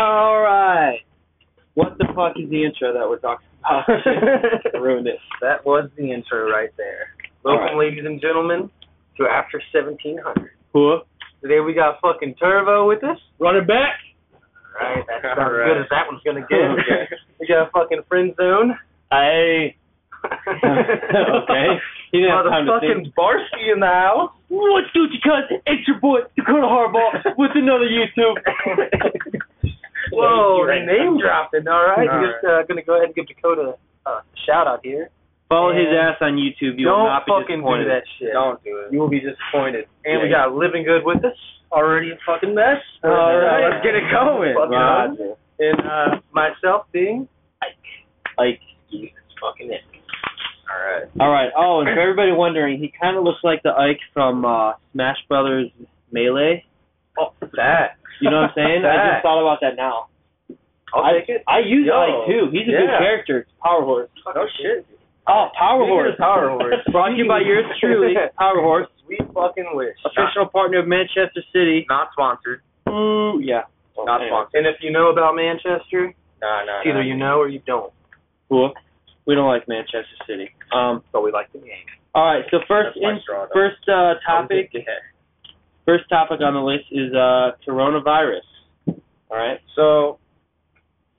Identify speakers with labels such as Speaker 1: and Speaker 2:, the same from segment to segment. Speaker 1: All right. What the fuck is the intro that we're talking about? Ruined it.
Speaker 2: That was the intro right there.
Speaker 1: All
Speaker 2: Welcome, ladies and gentlemen, to After 1700.
Speaker 1: Whoa.
Speaker 2: Today we got fucking Turbo with us.
Speaker 1: Run it back.
Speaker 2: Right, that's
Speaker 3: All
Speaker 2: about as
Speaker 3: right.
Speaker 2: good as that one's gonna get. We got fucking Friend Zone.
Speaker 1: Hey. okay. He didn't have time to think.
Speaker 2: Motherfucking Barsky in the house.
Speaker 1: What's good, you cuz? It's your boy, Dakota Harbaugh, with another YouTube.
Speaker 2: Whoa,
Speaker 3: Right.
Speaker 2: name dropping. All right,
Speaker 3: All
Speaker 2: just uh, gonna go ahead and give Dakota uh, a shout out here.
Speaker 1: Follow his
Speaker 2: Yeah.
Speaker 1: ass on YouTube. You will
Speaker 2: Don't
Speaker 1: not be
Speaker 2: fucking do
Speaker 1: disappointed.
Speaker 2: that shit.
Speaker 3: Don't do it.
Speaker 2: You will be disappointed. And
Speaker 1: Yeah,
Speaker 2: we got Living Good with us. Already a fucking mess.
Speaker 1: All right.
Speaker 2: let's get it going.
Speaker 1: Fucking
Speaker 2: Right.
Speaker 1: Roger.
Speaker 2: And uh, myself being
Speaker 1: Like,
Speaker 2: It's fucking it. All right.
Speaker 1: all right. Oh, and for everybody wondering, he kind of looks like the Ike from uh, Smash Brothers Melee.
Speaker 2: Oh, that.
Speaker 1: You know what I'm saying? I just thought about that now.
Speaker 2: I'll
Speaker 1: I-
Speaker 2: take it.
Speaker 1: I use
Speaker 2: Yo.
Speaker 1: Ike too. He's a good
Speaker 2: Yeah.
Speaker 1: character. It's Power Horse.
Speaker 2: Oh shit.
Speaker 1: Oh, Power
Speaker 2: Speaking
Speaker 1: Horse.
Speaker 2: of Power Horse.
Speaker 1: Brought to you by yours truly, Power Horse,
Speaker 2: We fucking wish.
Speaker 1: official partner of Manchester City.
Speaker 3: Not sponsored.
Speaker 1: Ooh, yeah.
Speaker 3: Not
Speaker 2: Anyway, Oh,
Speaker 3: sponsored.
Speaker 2: And if you know about Manchester,
Speaker 3: No, no,
Speaker 2: it's either you know or you don't.
Speaker 1: Cool. We don't like Manchester City. Um.
Speaker 2: But we like the game.
Speaker 1: All right. So first,
Speaker 3: That's my
Speaker 1: in,
Speaker 3: straw, though.
Speaker 1: first uh, topic. First topic on the list is uh, coronavirus. All right.
Speaker 2: So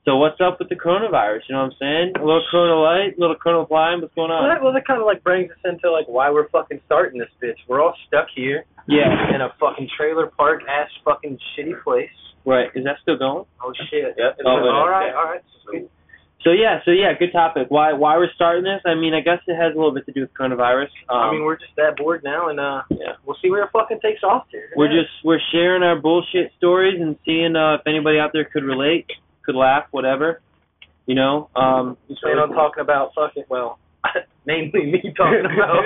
Speaker 1: So what's up with the coronavirus? You know what I'm saying? A little corona light, a little corona blind. What's going
Speaker 2: well,
Speaker 1: on?
Speaker 2: that, well, that kind of like brings us into like why we're fucking starting this bitch. We're all stuck here
Speaker 1: Yeah.
Speaker 2: in a fucking trailer park ass fucking shitty place.
Speaker 1: Right. Is that still going?
Speaker 2: Oh shit.
Speaker 3: Yep.
Speaker 2: It's
Speaker 1: Oh,
Speaker 2: like,
Speaker 1: it is,
Speaker 2: all right,
Speaker 1: yeah.
Speaker 2: all right. sweet.
Speaker 1: So yeah. So yeah. Good topic. Why why we're starting this? I mean, I guess it has a little bit to do with coronavirus. Um,
Speaker 2: I mean, we're just that bored now, and uh,
Speaker 1: yeah.
Speaker 2: we'll see where it fucking takes off here.
Speaker 1: We're just we're sharing our bullshit stories and seeing uh, if anybody out there could relate, could laugh, whatever. You know. Um.
Speaker 2: You plan on talking about fucking well, mainly me talking about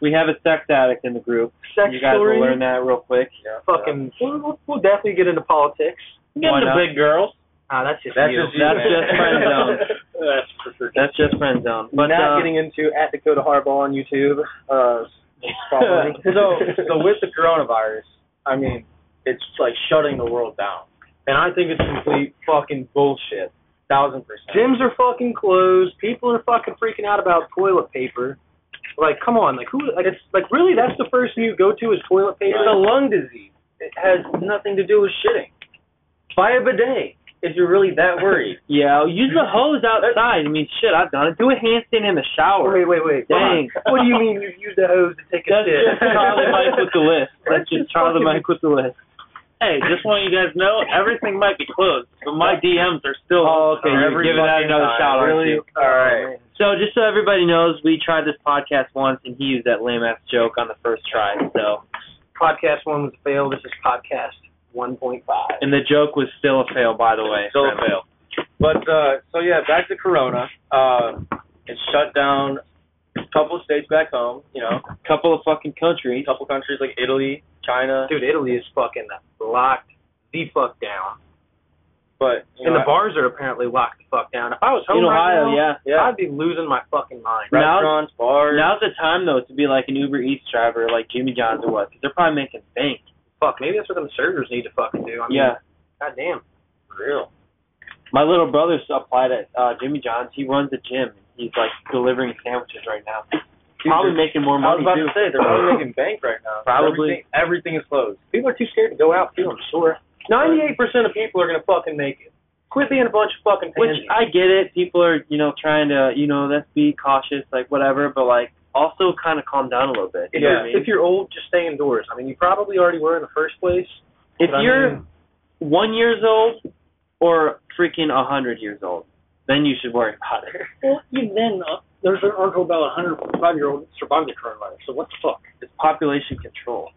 Speaker 1: We have a sex addict in the group.
Speaker 2: sex
Speaker 1: you guys
Speaker 2: stories.
Speaker 1: will learn that real quick.
Speaker 2: Fucking, we'll, we'll- we'll definitely get into politics.
Speaker 1: Why not?
Speaker 3: girls.
Speaker 2: Ah, that's just
Speaker 3: That's
Speaker 2: you.
Speaker 3: just you,
Speaker 1: That's
Speaker 3: man.
Speaker 1: just friend zone.
Speaker 3: That's for sure.
Speaker 1: That's just friend zone. But uh,
Speaker 2: Not getting into at Dakota Harbaugh on YouTube. Uh, probably.
Speaker 3: so, so with the coronavirus, I mean, it's like shutting the world down, and I think it's complete fucking bullshit. Thousand percent.
Speaker 2: gyms are fucking closed. People are fucking freaking out about toilet paper. Like, come on, like who? Like, it's like really, that's the first thing you go to is toilet
Speaker 3: it's
Speaker 2: paper.
Speaker 3: a lung disease. It has nothing to do with shitting. Buy a bidet if you're really that worried.
Speaker 1: yeah, use the hose outside. I mean, shit, I've done it. Do a handstand in the shower.
Speaker 2: Wait, wait, wait.
Speaker 1: Dang.
Speaker 2: What do you mean you've used a hose to take a
Speaker 1: That's
Speaker 2: shit?
Speaker 1: just Charlie Mike with the list. That's
Speaker 2: That's
Speaker 1: just
Speaker 2: just
Speaker 1: Charlie
Speaker 2: fucking-
Speaker 1: Mike with the list.
Speaker 4: Hey, just want you guys to know, everything might be closed, but my DMs are still.
Speaker 1: Oh, okay, you're
Speaker 3: Every
Speaker 1: giving that
Speaker 3: fucking
Speaker 1: another
Speaker 3: time,
Speaker 1: shot, aren't
Speaker 3: really?
Speaker 1: you?
Speaker 3: All right.
Speaker 1: So just so everybody knows, we tried this podcast once, and he used that lame ass joke on the first try. So,
Speaker 2: Podcast one was a fail. This is podcast 1.5.
Speaker 1: and the joke was still a fail, by the way.
Speaker 3: Still a fail. But uh, so yeah, back to Corona. Uh, it shut down a couple of states back home. You know,
Speaker 1: Couple of fucking
Speaker 3: a
Speaker 1: countries.
Speaker 3: couple countries like Italy, China,
Speaker 2: Dude, Italy is fucking locked the fuck down,
Speaker 3: but you
Speaker 2: and
Speaker 3: know,
Speaker 2: the bars are apparently locked the fuck down. If I was home
Speaker 1: In Ohio,
Speaker 2: right now,
Speaker 1: yeah.
Speaker 3: yeah,
Speaker 2: I'd be losing my fucking mind.
Speaker 1: Right. now-
Speaker 3: restaurants, bars.
Speaker 1: Now's the time though to be like an Uber Eats driver, like Jimmy John's or what? Because they're probably making bank.
Speaker 2: Fuck, maybe that's what them servers need to fucking do. I mean,
Speaker 1: Yeah.
Speaker 2: goddamn.
Speaker 3: for real.
Speaker 1: My little brother's applied at uh, Jimmy John's. He runs a gym. and He's like delivering sandwiches right now. Probably making more
Speaker 3: I was
Speaker 1: money
Speaker 3: about
Speaker 1: too.
Speaker 3: to say they're probably making bank right now.
Speaker 1: Probably.
Speaker 3: everything, everything is closed.
Speaker 2: People are too scared to go out too. I'm sure. Ninety-eight percent of people are gonna fucking make it. Quit being a bunch of fucking
Speaker 1: Which
Speaker 2: pansies.
Speaker 1: I get it. People are, you know, trying to, you know, let's be cautious, like whatever, but like also kind of calm down a little bit. You
Speaker 2: If,
Speaker 1: know what I
Speaker 2: you're,
Speaker 1: mean?
Speaker 2: if you're old, just stay indoors. I mean, you probably already were in the first place.
Speaker 1: If
Speaker 2: But I
Speaker 1: you're
Speaker 2: mean-
Speaker 1: one years old or freaking a hundred years old, then you should worry about it.
Speaker 4: Well, even then, uh, there's an article about a 105 year old survived the coronavirus. So what the fuck?
Speaker 1: It's population control.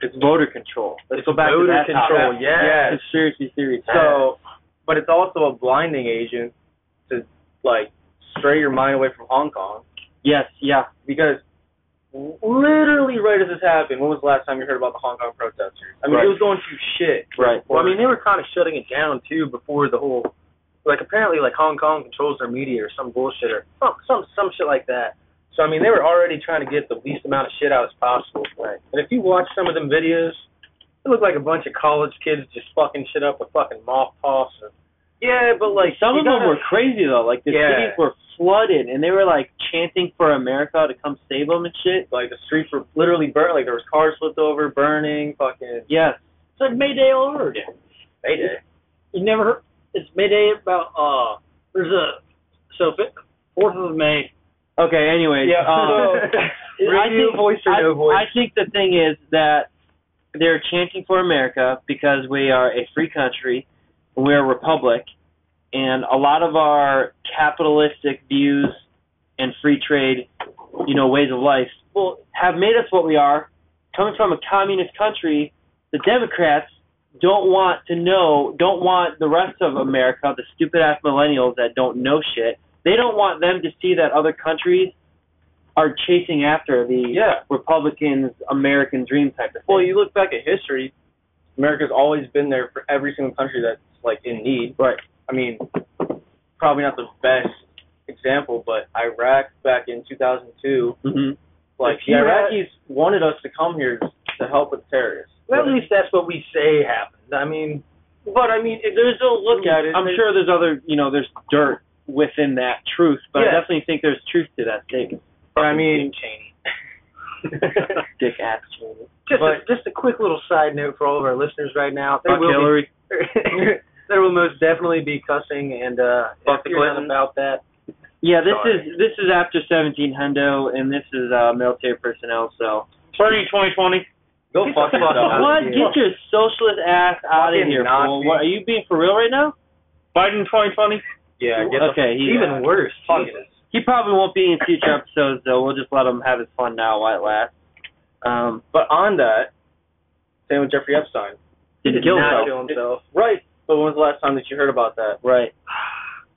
Speaker 1: It's voter control. Let's
Speaker 2: It's
Speaker 1: go back to
Speaker 2: voter
Speaker 1: that
Speaker 2: control,
Speaker 1: topic.
Speaker 3: yeah.
Speaker 1: Conspiracy theories.
Speaker 3: So, but it's also a blinding agent to like stray your mind away from Hong Kong
Speaker 1: yes, yeah.
Speaker 3: because literally right as this happened, when was the last time you heard about the Hong Kong protesters? I mean,
Speaker 1: Right.
Speaker 3: it was going to shit.
Speaker 1: Right.
Speaker 2: Well, I mean, they were kind of shutting it down too before the whole. Like apparently, like Hong Kong controls their media or some bullshit or some some some shit like that. So I mean, they were already trying to get the least amount of shit out as possible. Right. And if you watch some of them videos, It looked like a bunch of college kids just fucking shit up with fucking moth puffs. And,
Speaker 1: Yeah, but like some
Speaker 2: you
Speaker 1: of them
Speaker 2: gotta-
Speaker 1: were crazy though. Like the
Speaker 2: Yeah.
Speaker 1: cities were flooded, and they were like chanting for America to come save them and shit.
Speaker 2: like the streets were literally burnt. Like there was cars flipped over, burning. Fucking
Speaker 1: Yes.
Speaker 4: It's like Mayday all over again.
Speaker 2: mayday.
Speaker 4: You never heard? It's Mayday about uh. There's a so fi- Fourth of May.
Speaker 1: Okay. Anyways.
Speaker 2: Yeah. um,
Speaker 1: Uh,
Speaker 2: so,
Speaker 1: I
Speaker 2: radio
Speaker 1: think-
Speaker 2: voice or
Speaker 1: I,
Speaker 2: no voice?
Speaker 1: I think the thing is that they're chanting for America because we are a free country, and we're a republic, and a lot of our capitalistic views and free trade, you know, ways of life, well, have made us what we are. Coming from a communist country, the Democrats don't want to know, don't want the rest of America, the stupid ass millennials that don't know shit, they don't want them to see that other countries are chasing after the
Speaker 2: yeah.
Speaker 1: Republicans American dream type of thing.
Speaker 2: Well, you look back at history. America's always been there for every single country that's like in need.
Speaker 1: right.
Speaker 2: I mean, probably not the best example, but Iraq back in 2002,
Speaker 1: Mm-hmm.
Speaker 2: like
Speaker 1: If
Speaker 2: the
Speaker 1: you had-
Speaker 2: Iraqis wanted us to come here to help with terrorists.
Speaker 1: Well, at
Speaker 2: least that's what we say happened. I mean, but I mean, if there's no look at it.
Speaker 1: I'm
Speaker 2: there's-
Speaker 1: sure there's other, you know, there's dirt within that truth, but I
Speaker 2: Yeah.
Speaker 1: definitely think there's truth to that statement.
Speaker 2: But I mean,
Speaker 1: Dick ass. Fuck
Speaker 2: just
Speaker 3: But-
Speaker 2: a, just a quick little side note for all of our listeners right now. There will be
Speaker 1: Hillary.
Speaker 2: there will most definitely be cussing and uh
Speaker 3: Fuck
Speaker 2: if
Speaker 3: the
Speaker 2: you're not
Speaker 3: Clintons.
Speaker 2: about that.
Speaker 1: Yeah, this
Speaker 2: Sorry.
Speaker 1: is this is after 17 hundo, and this is uh, military personnel. So
Speaker 4: Thirty twenty twenty.
Speaker 2: Go fuck
Speaker 3: the fuck
Speaker 2: yourself.
Speaker 3: outta
Speaker 1: what?
Speaker 3: here.
Speaker 1: Get your socialist ass out of
Speaker 2: Fucking
Speaker 1: here, fool.
Speaker 2: Nazi.
Speaker 1: What, are you being for real right now?
Speaker 4: Biden twenty twenty.
Speaker 2: Yeah, get the
Speaker 1: okay, he, uh,
Speaker 2: even worse.
Speaker 3: Fuck
Speaker 2: Jesus.
Speaker 1: he probably won't be in future episodes though. We'll just let him have his fun now while it lasts. Um,
Speaker 2: But on that, same with Jeffrey Epstein.
Speaker 1: did
Speaker 2: He did
Speaker 1: kill
Speaker 2: not
Speaker 1: himself.
Speaker 2: kill himself. Right. But when was the last time that you heard about that?
Speaker 1: Right.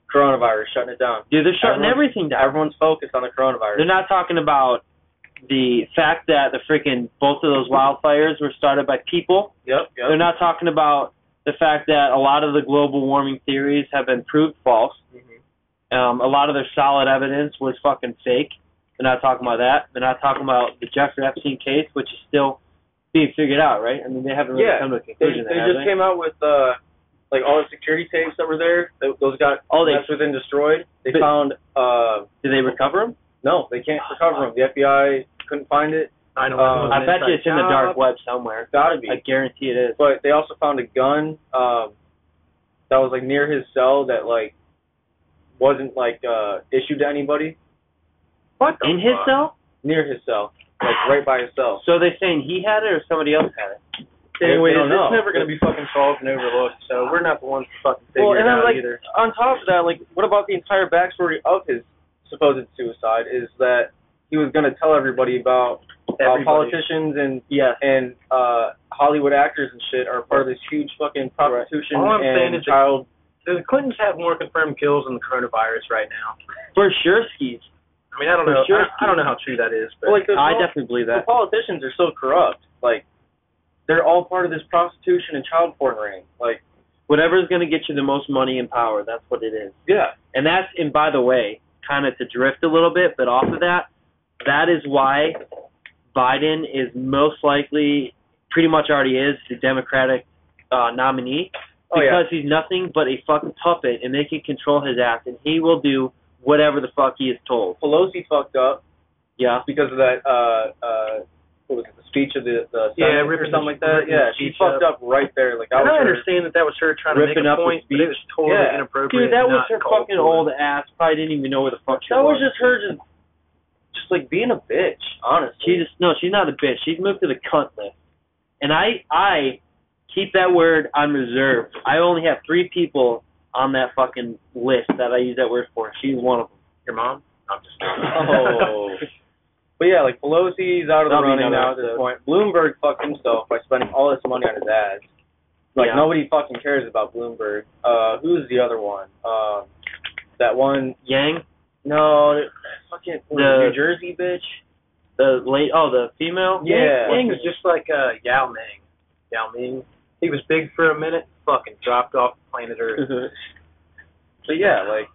Speaker 2: Coronavirus shutting it down.
Speaker 1: Dude, they're shutting
Speaker 2: Everyone-
Speaker 1: everything down.
Speaker 2: Everyone's focused on the
Speaker 1: They're
Speaker 2: coronavirus.
Speaker 1: not talking about the fact that the freaking both of those wildfires were started by people.
Speaker 2: Yep, yep.
Speaker 1: They're not talking about the fact that a lot of the global warming theories have been proved false.
Speaker 2: Mhm.
Speaker 1: Um, a lot of their solid evidence was fucking fake. They're not talking about that. They're not talking about the Jeffrey Epstein case, which is still being figured out, right? I mean, they haven't really
Speaker 2: Yeah.
Speaker 1: come to a
Speaker 2: They,
Speaker 1: conclusion.
Speaker 2: they
Speaker 1: have
Speaker 2: just came out with uh like all the security tapes that were there. th- Those got
Speaker 1: Oh, they-
Speaker 2: messed with and destroyed. They
Speaker 1: But-
Speaker 2: found uh
Speaker 1: Did they recover them?
Speaker 2: no, they can't recover them. The FBI couldn't find it.
Speaker 4: I know.
Speaker 2: Uh,
Speaker 1: I bet you it's in the dark web somewhere.
Speaker 2: Gotta be.
Speaker 1: I guarantee it is.
Speaker 2: but they also found a gun um that was like near his cell that like wasn't like uh issued to anybody
Speaker 4: what
Speaker 1: In his cell?
Speaker 2: near his cell like right by his cell
Speaker 1: So they're saying he had it or somebody else had it?
Speaker 2: anyway
Speaker 3: They
Speaker 2: it's
Speaker 3: don't know.
Speaker 2: never going to be fucking solved and overlooked so we're not the ones to fucking figure
Speaker 3: Well,
Speaker 2: it
Speaker 3: and I'm
Speaker 2: out
Speaker 3: like-
Speaker 2: either on top of that like what about the entire backstory of his supposed suicide is that he was going to tell everybody about
Speaker 3: uh,
Speaker 2: how Everybody.
Speaker 3: politicians and
Speaker 1: Yes.
Speaker 3: and uh Hollywood actors and shit are part of this huge fucking prostitution
Speaker 2: All I'm saying
Speaker 3: and
Speaker 2: is that-
Speaker 3: child.
Speaker 2: do the clintons have more confirmed kills than the coronavirus right now
Speaker 1: For sure, skis.
Speaker 2: i mean i don't
Speaker 1: For
Speaker 2: know
Speaker 1: sure.
Speaker 2: I, I don't know how true that is but
Speaker 3: Well, like, there's
Speaker 1: I
Speaker 3: no-
Speaker 1: definitely believe
Speaker 3: the
Speaker 1: that.
Speaker 3: politicians are so corrupt. Like they're all part of this prostitution and child porn ring. Like
Speaker 1: Whatever's going to get you the most money and power, that's what it is.
Speaker 3: yeah,
Speaker 1: And that's, and by the way, kind of to drift a little bit, but off of that, that is why Biden is most likely, pretty much already is, the Democratic uh, nominee.
Speaker 3: Oh, yeah.
Speaker 1: Because he's nothing but a fucking puppet, and they can control his ass, and he will do whatever the fuck he is told.
Speaker 3: Pelosi fucked up
Speaker 1: Yeah.
Speaker 3: because of that. uh uh What was it? The speech of the the
Speaker 2: Yeah,
Speaker 3: Senate or
Speaker 2: ripping
Speaker 3: something
Speaker 2: the-
Speaker 3: like that.
Speaker 2: ripping the
Speaker 3: Yeah, she
Speaker 2: speech
Speaker 3: fucked up right there. Like that
Speaker 2: And
Speaker 3: was
Speaker 2: I
Speaker 3: her-
Speaker 2: understand that that was her trying to make
Speaker 1: Ripping
Speaker 2: a
Speaker 1: up the
Speaker 2: point, but it was totally
Speaker 3: Yeah.
Speaker 1: Dude,
Speaker 2: inappropriate.
Speaker 1: that was
Speaker 2: not
Speaker 1: her
Speaker 2: called
Speaker 1: fucking
Speaker 2: for.
Speaker 1: old ass. Probably didn't even know where the fuck she
Speaker 3: That was just her just just like being a bitch. Honestly,
Speaker 1: She just no, she's not a bitch. She's moved to the cunt list. And I I keep that word on reserve. I only have three people on that fucking list that I use that word for. She's one of them.
Speaker 2: Your mom? I'm just
Speaker 3: Oh. But yeah, like Pelosi's out of the
Speaker 1: That'll be
Speaker 3: running
Speaker 1: another
Speaker 3: now at this
Speaker 1: episode.
Speaker 3: point. Bloomberg fucked himself by spending all this money on his ads. Like
Speaker 1: Yeah.
Speaker 3: nobody fucking cares about Bloomberg. Uh, who's the other one? Um, that one?
Speaker 1: Yang,
Speaker 3: No, that- fucking
Speaker 1: The-
Speaker 3: New Jersey bitch.
Speaker 1: the late oh the female.
Speaker 3: Yeah.
Speaker 2: Thing is just like uh, Yao Ming. Yao Ming. He was big for a minute, fucking dropped off planet Earth.
Speaker 3: But yeah, like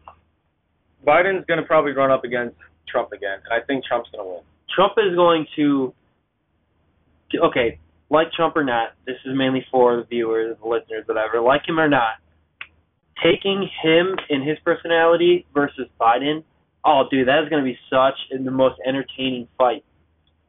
Speaker 3: Biden's gonna probably run up against Trump again, and I think Trump's gonna win.
Speaker 1: Trump is going to. Okay, like Trump or not, this is mainly for the viewers, the listeners, whatever, like him or not, taking him and his personality versus Biden, oh, dude, that is going to be such the most entertaining fight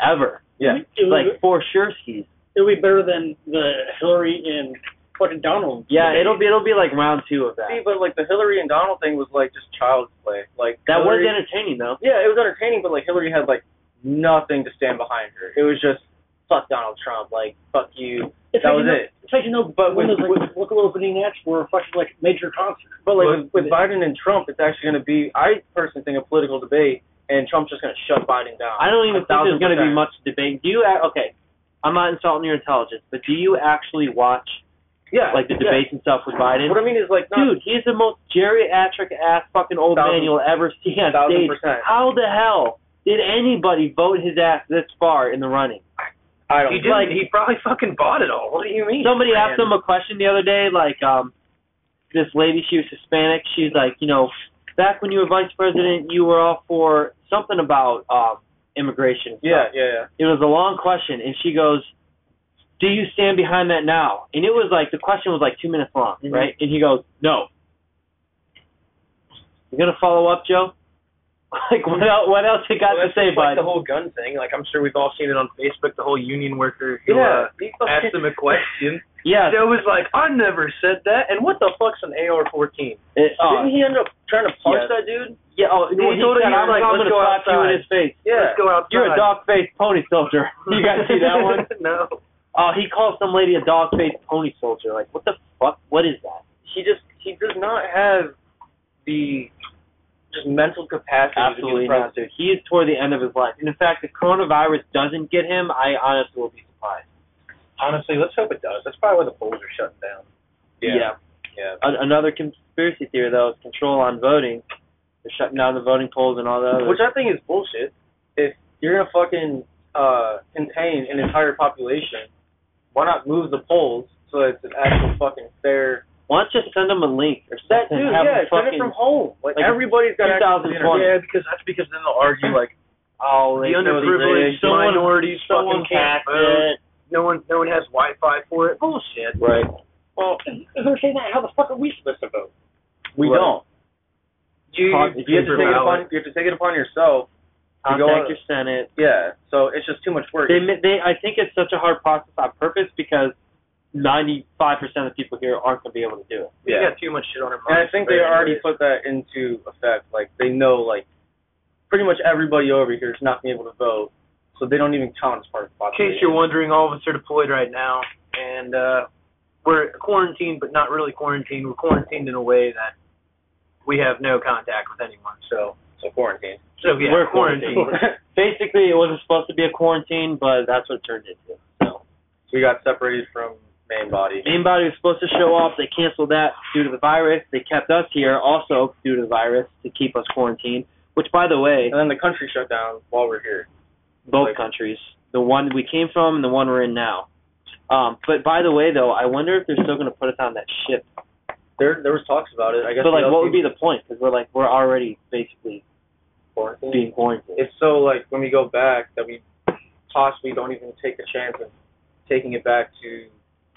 Speaker 1: ever.
Speaker 3: Yeah.
Speaker 4: It would,
Speaker 1: Like, for sure, skis.
Speaker 4: it would be better than the Hillary and fucking Donald.
Speaker 1: Yeah, it'll be it'll be like round two of that.
Speaker 3: See, but like the Hillary and Donald thing was like just child's play. Like
Speaker 1: That was
Speaker 3: Hillary,
Speaker 1: entertaining though.
Speaker 3: yeah, it was entertaining, but like Hillary had like nothing to stand behind her. It was just fuck Donald Trump, like fuck you.
Speaker 4: It's
Speaker 3: that
Speaker 4: like,
Speaker 3: was
Speaker 4: you know,
Speaker 3: it.
Speaker 4: It's like you know,
Speaker 3: But
Speaker 4: when
Speaker 3: with-
Speaker 4: those like look a little mini match for a fucking like major concert.
Speaker 3: But like
Speaker 2: But-
Speaker 3: with, with Biden and Trump, it's actually going to be I personally think a political debate, and Trump's just going to shut Biden down.
Speaker 1: I don't even
Speaker 3: A
Speaker 1: think there's
Speaker 3: thousand
Speaker 1: going to be
Speaker 3: percent.
Speaker 1: much debate. Do you ac- okay? I'm not insulting your intelligence, but do you actually watch
Speaker 3: Yeah,
Speaker 1: like the
Speaker 3: yeah.
Speaker 1: debates and stuff with Biden?
Speaker 3: What I mean is like not
Speaker 1: Dude, he's the most geriatric ass fucking old man
Speaker 3: Thousand-
Speaker 1: you'll ever see on
Speaker 3: thousand
Speaker 1: stage.
Speaker 3: percent.
Speaker 1: How the hell did anybody vote his ass this far in the running?
Speaker 3: I
Speaker 2: He
Speaker 3: don't
Speaker 2: did.
Speaker 1: Like-
Speaker 2: he probably fucking bought it all. What do you mean?
Speaker 1: Somebody asked
Speaker 2: man?
Speaker 1: him a question the other day, like um, this lady, she was Hispanic. She's like, you know, back when you were vice president, you were all for something about um immigration. and
Speaker 3: Yeah, yeah, yeah.
Speaker 1: it was a long question, and she goes, "Do you stand behind that now?" And it was like the question was like two minutes long,
Speaker 2: Mm-hmm.
Speaker 3: Mhm.
Speaker 1: right? And he goes, "No." You gonna follow up, Joe? Like what else? What else you got to
Speaker 2: Well, that's
Speaker 1: say,
Speaker 2: just
Speaker 1: bud?
Speaker 2: like the whole gun thing. Like I'm sure we've all seen it on Facebook. The whole union worker who uh,
Speaker 3: Yeah, he
Speaker 2: asked
Speaker 3: fucking-
Speaker 2: him a question.
Speaker 1: yeah,
Speaker 2: Joe was like, "I never said that." And what the fuck's an AR-14?
Speaker 1: it, uh,
Speaker 3: Didn't he end up trying to punch
Speaker 1: Yeah.
Speaker 3: that dude?
Speaker 1: yeah. Oh, well, he
Speaker 2: told her
Speaker 1: said,
Speaker 2: he
Speaker 1: "I'm
Speaker 2: was like,
Speaker 1: gonna
Speaker 2: "Let's go
Speaker 1: slap you in
Speaker 2: outside."
Speaker 1: his face."
Speaker 3: Yeah.
Speaker 2: Let's go outside.
Speaker 1: You're a dog-faced pony soldier. You guys see that one?
Speaker 2: no.
Speaker 1: Oh, he called some lady a dog-faced pony soldier. Like, what the fuck? What is that?
Speaker 3: He just he does not have the just mental capacity
Speaker 1: Absolutely
Speaker 3: to be the
Speaker 1: not,
Speaker 3: president.
Speaker 1: dude. He is toward the end of his life. And in fact, if coronavirus doesn't get him, I honestly will be surprised.
Speaker 2: Honestly, let's hope it does. That's probably why the polls are shutting down. Yeah.
Speaker 1: A- another conspiracy theory, though, is control on voting. They're shutting down the voting polls and all that.
Speaker 3: Which I think is bullshit. If you're gonna fucking uh, contain an entire population, why not move the polls so it's an actual fucking fair?
Speaker 1: Why don't you send them a link or
Speaker 3: That
Speaker 1: something?
Speaker 3: dude,
Speaker 1: Have
Speaker 3: yeah,
Speaker 1: them
Speaker 3: send
Speaker 1: fucking,
Speaker 3: it from home. Like,
Speaker 1: like
Speaker 3: everybody's got access to the
Speaker 1: 2020.
Speaker 2: Yeah,
Speaker 3: internet.
Speaker 2: because that's because then they'll argue like
Speaker 1: oh,
Speaker 2: the underprivileged,
Speaker 1: someone,
Speaker 2: minorities,
Speaker 1: someone
Speaker 2: fucking can't
Speaker 1: hacked
Speaker 2: vote.
Speaker 1: it.
Speaker 2: No one, no one has Wi-Fi for it. Bullshit.
Speaker 1: Right.
Speaker 4: Well, if if they're saying that, how the fuck are we supposed to vote?
Speaker 3: We
Speaker 1: Right.
Speaker 3: don't. You,
Speaker 1: Con-
Speaker 3: you have to take it upon you have to take it upon yourself. You go
Speaker 1: Contact
Speaker 3: on-
Speaker 1: your senate.
Speaker 3: Yeah. So it's just too much work.
Speaker 1: They, ma- they, I think it's such a hard process on purpose because 95% of people here aren't going to be able to do it.
Speaker 2: We
Speaker 3: yeah.
Speaker 2: got too much shit on our
Speaker 3: And
Speaker 2: minds.
Speaker 3: I think they already put that into effect. Like they know like pretty much everybody over here is not being able to vote, so they don't even count as part of the
Speaker 2: In case
Speaker 3: population.
Speaker 2: you're wondering, all of us are deployed right now, and uh, we're quarantined, but not really quarantined. We're quarantined in a way that we have no contact with anyone. So,
Speaker 3: so quarantine.
Speaker 2: so yeah,
Speaker 1: We're
Speaker 2: quarantined.
Speaker 1: Basically, it wasn't supposed to be a quarantine, but that's what it turned into. So,
Speaker 3: we got separated from main body.
Speaker 1: anybody who's supposed to show up, they canceled that due to the virus. They kept us here also due to the virus to keep us quarantined. Which, by the way,
Speaker 3: And then the country shut down while we're here.
Speaker 1: both countries, the one we came from and the one we're in now. Um, but by the way, though, I wonder if they're still going to put us on that ship.
Speaker 3: There there was talks about it. I guess.
Speaker 1: But like,
Speaker 3: the
Speaker 1: what would be
Speaker 3: LC
Speaker 1: the point? Because we're like, we're already basically
Speaker 3: quarantine?
Speaker 1: being quarantined.
Speaker 3: it's so like when we go back that we possibly don't even take a chance of taking it back to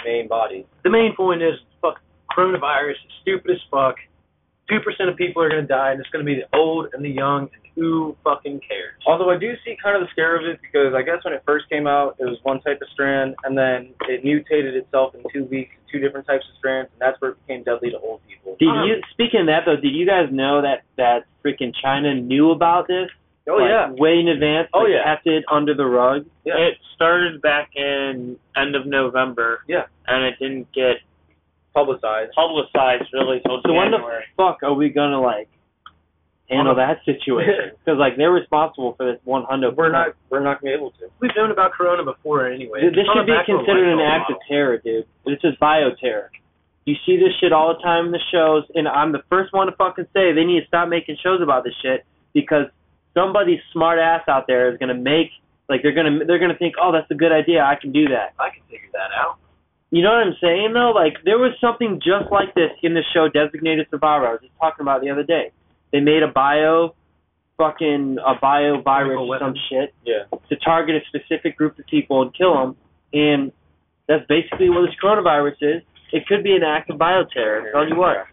Speaker 3: main body.
Speaker 2: the main point is, fuck, coronavirus is stupid as fuck. Two percent of people are gonna die, and it's gonna be the old and the young, and who fucking cares?
Speaker 3: Although I do see kind of the scare of it because I guess when it first came out, it was one type of strand, and then it mutated itself in two weeks to two different types of strands, and that's where it became deadly to old people.
Speaker 1: Did
Speaker 2: Um,
Speaker 1: you speaking of that though? Did you guys know that that freaking China knew about this?
Speaker 3: Oh
Speaker 1: like,
Speaker 3: yeah,
Speaker 1: way in advance.
Speaker 3: Oh,
Speaker 1: like,
Speaker 3: yeah.
Speaker 1: kept it under the rug.
Speaker 3: Yeah.
Speaker 5: It started back in end of November.
Speaker 3: Yeah.
Speaker 5: And it didn't get
Speaker 3: publicized.
Speaker 5: publicized really till
Speaker 1: So when the
Speaker 5: January.
Speaker 1: fuck are we gonna like handle that situation? Because like they're responsible for this one hundred.
Speaker 3: We're not we're not gonna be able to.
Speaker 2: We've known about Corona before anyway.
Speaker 1: This
Speaker 2: It's on
Speaker 1: should be
Speaker 2: the back of a
Speaker 1: considered an
Speaker 2: light
Speaker 1: act
Speaker 2: bulb
Speaker 1: of terror, dude. This is bioterror. You see this shit all the time in the shows, and I'm the first one to fucking say they need to stop making shows about this shit because somebody smart ass out there is gonna make like they're gonna they're gonna think, oh, that's a good idea, I can do that.
Speaker 2: model. I can figure that out.
Speaker 1: You know what I'm saying though? Like there was something just like this in the show Designated Survivor. I was just talking about the other day. They made a bio, fucking a bio virus
Speaker 2: Chemical
Speaker 1: or some
Speaker 2: weapon.
Speaker 1: shit
Speaker 3: Yeah.
Speaker 1: to target a specific group of people and kill them. And That's basically what this coronavirus is. It could be an act of bioterror. I'm telling you what.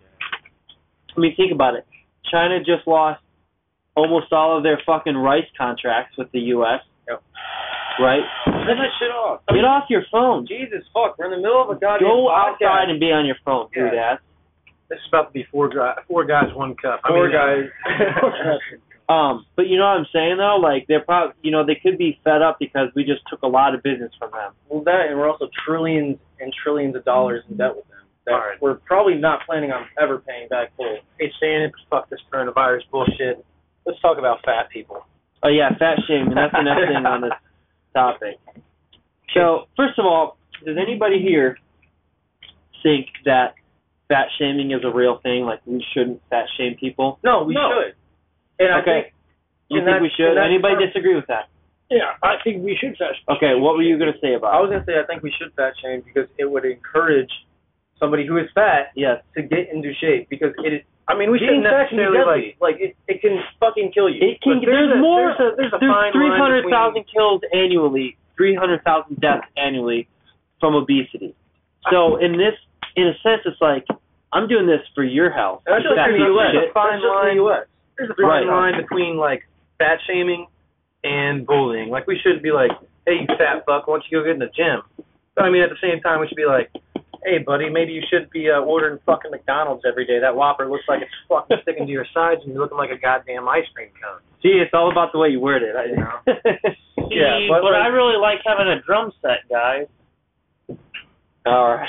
Speaker 1: I mean, think about it. China just lost almost all of their fucking rice contracts with the U.S.
Speaker 3: Yep.
Speaker 1: Right?
Speaker 3: Turn that shit off.
Speaker 1: Get off your phone.
Speaker 3: Jesus fuck, we're in the middle of a goddamn
Speaker 1: Go
Speaker 3: podcast.
Speaker 1: outside and be on your phone, dude. Ass.
Speaker 2: This is about to be four guys, four guys, one cup. I
Speaker 3: Four
Speaker 2: mean,
Speaker 3: guys.
Speaker 1: Um, but you know what I'm saying though? Like they're probably, you know, they could be fed up because we just took a lot of business from them.
Speaker 3: well, that and we're also trillions and trillions of dollars in debt with them. That
Speaker 2: All right.
Speaker 3: we're probably not planning on ever paying back full.
Speaker 2: Hey, Stan, fuck this coronavirus bullshit. Let's talk about fat people.
Speaker 1: Oh yeah, fat shaming. That's the next thing on this topic. So first of all, does anybody here think that fat shaming is a real thing? Like we shouldn't fat shame people?
Speaker 3: No, we
Speaker 4: No.
Speaker 3: should. And I
Speaker 1: Okay.
Speaker 3: think
Speaker 1: You
Speaker 3: And
Speaker 1: think we
Speaker 3: that's-
Speaker 1: should?
Speaker 3: and that's
Speaker 1: Anybody
Speaker 3: part-
Speaker 1: disagree with that?
Speaker 4: Yeah, I think we should fast.
Speaker 1: Okay, what were you gonna say
Speaker 3: I
Speaker 1: about?
Speaker 3: was
Speaker 1: it?
Speaker 3: gonna say I think we should fat shame because it would encourage somebody who is fat
Speaker 1: Yes,
Speaker 3: to get into shape because it is. I mean, we
Speaker 2: Being
Speaker 3: shouldn't
Speaker 2: fat can be
Speaker 3: necessarily like like it. It can fucking kill you.
Speaker 1: it can.
Speaker 2: But there's
Speaker 1: There's,
Speaker 2: a-
Speaker 1: more.
Speaker 2: there's a- there's a fine line
Speaker 1: three hundred thousand kills annually, three hundred thousand deaths annually from obesity. So in this, in a sense, it's like I'm doing this for your health.
Speaker 3: That's
Speaker 1: you
Speaker 3: just
Speaker 1: fat
Speaker 3: in the
Speaker 1: piece of
Speaker 3: US.
Speaker 1: shit.
Speaker 3: That's just in the U.S.
Speaker 2: There's a fine
Speaker 1: Right.
Speaker 2: line between like fat shaming and bullying. Like we should be like, hey, you fat fuck, why don't you go get in the gym? But I mean, at the same time, we should be like, hey, buddy, maybe you should be uh, ordering fucking McDonald's every day. That Whopper looks like it's fucking sticking to your sides, and you're looking like a goddamn ice cream cone.
Speaker 1: See, it's all about the way you word it. I
Speaker 5: See,
Speaker 3: but
Speaker 5: but,
Speaker 3: like-
Speaker 5: I really like having a drum set, guys.
Speaker 1: all right.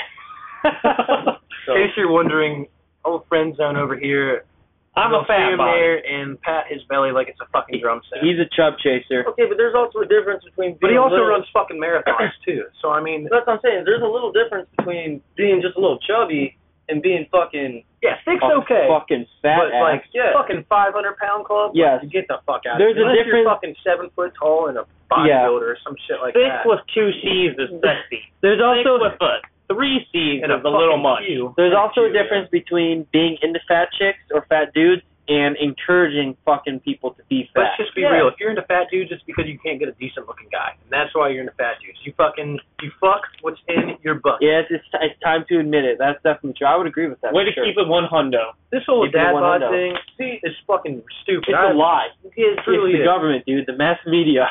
Speaker 3: So
Speaker 2: In case you're wondering, old friend zone over here.
Speaker 5: I'm
Speaker 2: you'll
Speaker 5: a
Speaker 2: see
Speaker 5: fat
Speaker 2: him
Speaker 5: body.
Speaker 2: there and pat his belly like it's a fucking drum set.
Speaker 1: He's a chub chaser.
Speaker 3: okay, but there's also a difference between.
Speaker 2: But he
Speaker 3: being
Speaker 2: also
Speaker 3: little-
Speaker 2: runs fucking marathons too. So I mean,
Speaker 3: That's what I'm saying. There's a little difference between being just a little chubby and being fucking.
Speaker 2: yeah, thick's
Speaker 1: A
Speaker 2: okay.
Speaker 1: Fucking fat
Speaker 2: but
Speaker 1: ass.
Speaker 2: like
Speaker 3: Yeah.
Speaker 2: fucking 500 pound club,
Speaker 1: Yes.
Speaker 2: like, get the fuck out.
Speaker 1: There's
Speaker 2: of
Speaker 1: a
Speaker 2: here. Unless
Speaker 1: difference-
Speaker 2: You're fucking seven foot tall and a bodybuilder
Speaker 1: Yeah.
Speaker 2: or some shit like
Speaker 5: Thick
Speaker 2: that.
Speaker 5: with two C's is sexy.
Speaker 1: there's
Speaker 5: Thick
Speaker 1: also
Speaker 5: with a three C's
Speaker 2: and
Speaker 5: is a little
Speaker 2: fucking
Speaker 5: much.
Speaker 2: queue.
Speaker 1: there's also a
Speaker 2: Yeah.
Speaker 1: difference between being into fat chicks or fat dudes and encouraging fucking people to be fat.
Speaker 2: Let's just be
Speaker 3: Yeah.
Speaker 2: real. If you're into fat dudes, it's because you can't get a decent looking guy, and that's why you're into fat dudes. You fucking you fuck what's in your butt.
Speaker 1: Yes, it's it's time to admit it. That's definitely true. I would agree with that.
Speaker 5: Way
Speaker 1: for
Speaker 5: to
Speaker 1: sure.
Speaker 5: keep it one hundo.
Speaker 2: This whole
Speaker 1: Keep it
Speaker 2: dad
Speaker 1: 100.
Speaker 2: bod thing, see, is fucking stupid.
Speaker 1: It's
Speaker 2: I-
Speaker 1: a lie.
Speaker 2: Yeah, it truly
Speaker 1: it's the
Speaker 2: is.
Speaker 1: government, dude. The mass media.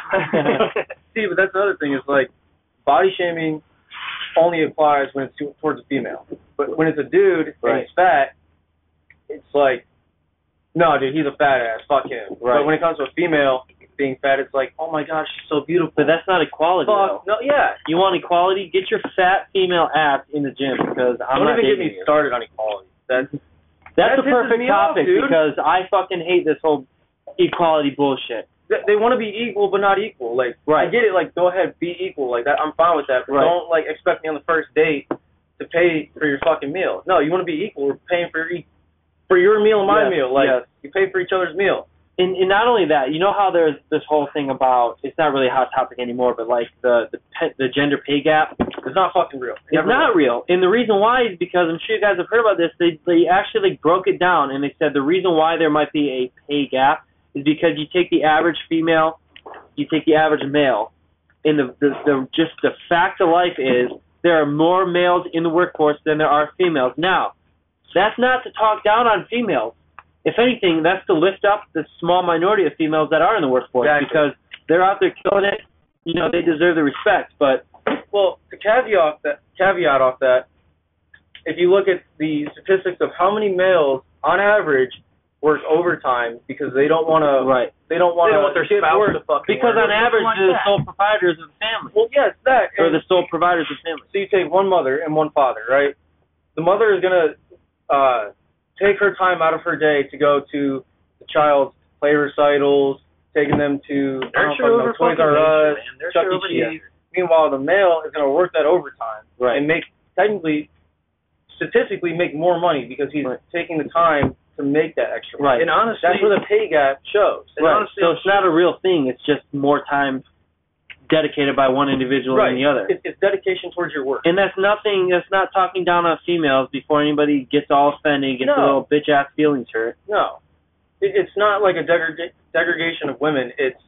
Speaker 3: See, but that's another thing is like, body shaming only applies when it's to, towards a female, but when it's a dude and
Speaker 1: Right.
Speaker 3: he's fat, it's like, no, dude, he's a fat ass. Fuck him.
Speaker 1: Right.
Speaker 3: But when it comes to a female being fat, it's like, oh my gosh, she's so beautiful.
Speaker 1: but that's not equality.
Speaker 3: Fuck.
Speaker 1: Though.
Speaker 3: No, yeah.
Speaker 1: You want equality? Get your fat female ass in the gym because I'm
Speaker 3: Don't
Speaker 1: not
Speaker 3: even get
Speaker 1: dating
Speaker 3: me
Speaker 1: you.
Speaker 3: started on equality. That's
Speaker 1: That's
Speaker 3: That
Speaker 1: the
Speaker 3: pisses
Speaker 1: perfect
Speaker 3: me off,
Speaker 1: topic
Speaker 3: dude.
Speaker 1: because I fucking hate this whole equality bullshit.
Speaker 3: they, they want to be equal but not equal. Like I
Speaker 1: Right.
Speaker 3: get it. Like go ahead, be equal. Like that, I'm fine with that. But
Speaker 1: Right.
Speaker 3: don't like expect me on the first date to pay for your fucking meal. No, you want to be equal. We're paying for e- for your meal and my
Speaker 1: Yes,
Speaker 3: meal. Like
Speaker 1: yes.
Speaker 3: you pay for each other's meal.
Speaker 1: And, and not only that, you know how there's this whole thing about it's not really a hot topic anymore, but like the the pe- the gender pay gap.
Speaker 3: It's not fucking real.
Speaker 1: It's not real. And the reason why is because I'm sure you guys have heard about this. They they actually like, broke it down and they said the reason why there might be a pay gap is because you take the average female, you take the average male, and the the, the just the fact of life is there are more males in the workforce than there are females. Now, that's not to talk down on females. If anything, that's to lift up the small minority of females that are in the workforce
Speaker 3: Exactly.
Speaker 1: because they're out there killing it. You know, they deserve the respect, but
Speaker 3: Well, to caveat off that caveat off that, if you look at the statistics of how many males on average work overtime because they don't want to
Speaker 1: right.
Speaker 3: they don't want
Speaker 2: They
Speaker 3: to
Speaker 2: don't want their
Speaker 3: give
Speaker 2: spouse
Speaker 3: work
Speaker 2: to fucking
Speaker 1: Because
Speaker 2: work.
Speaker 1: on average,
Speaker 2: Like
Speaker 1: they're the
Speaker 2: that.
Speaker 1: sole proprietors of the family,
Speaker 3: Well, yes, that
Speaker 1: or
Speaker 3: and-
Speaker 1: the sole providers of the family.
Speaker 3: so you take one mother and one father, right? The mother is gonna uh, take her time out of her day to go to the child's play recitals, taking them to I
Speaker 2: Nurture
Speaker 3: don't fucking know,
Speaker 2: over
Speaker 3: Toys
Speaker 2: fucking
Speaker 3: R
Speaker 2: nature,
Speaker 3: Us.
Speaker 2: man. Nurture
Speaker 3: Chuck E.
Speaker 2: over
Speaker 3: Cheese.
Speaker 2: nature.
Speaker 3: Meanwhile, the male is gonna work that overtime
Speaker 1: Right.
Speaker 3: and make technically, statistically, make more money because he's
Speaker 1: Right.
Speaker 3: taking the time to make that extra. Money.
Speaker 1: Right.
Speaker 2: And honestly,
Speaker 3: That's where the pay gap shows.
Speaker 2: and
Speaker 1: right.
Speaker 2: honestly,
Speaker 1: so it's not a real thing. It's just more time dedicated by one individual
Speaker 3: right.
Speaker 1: than the other.
Speaker 3: It's, it's dedication towards your work.
Speaker 1: and that's nothing. That's not talking down on females. Before anybody gets all offended, gets
Speaker 3: No.
Speaker 1: their little bitch ass feelings hurt.
Speaker 3: No, it, it's not like a degreg- degradation of women. It's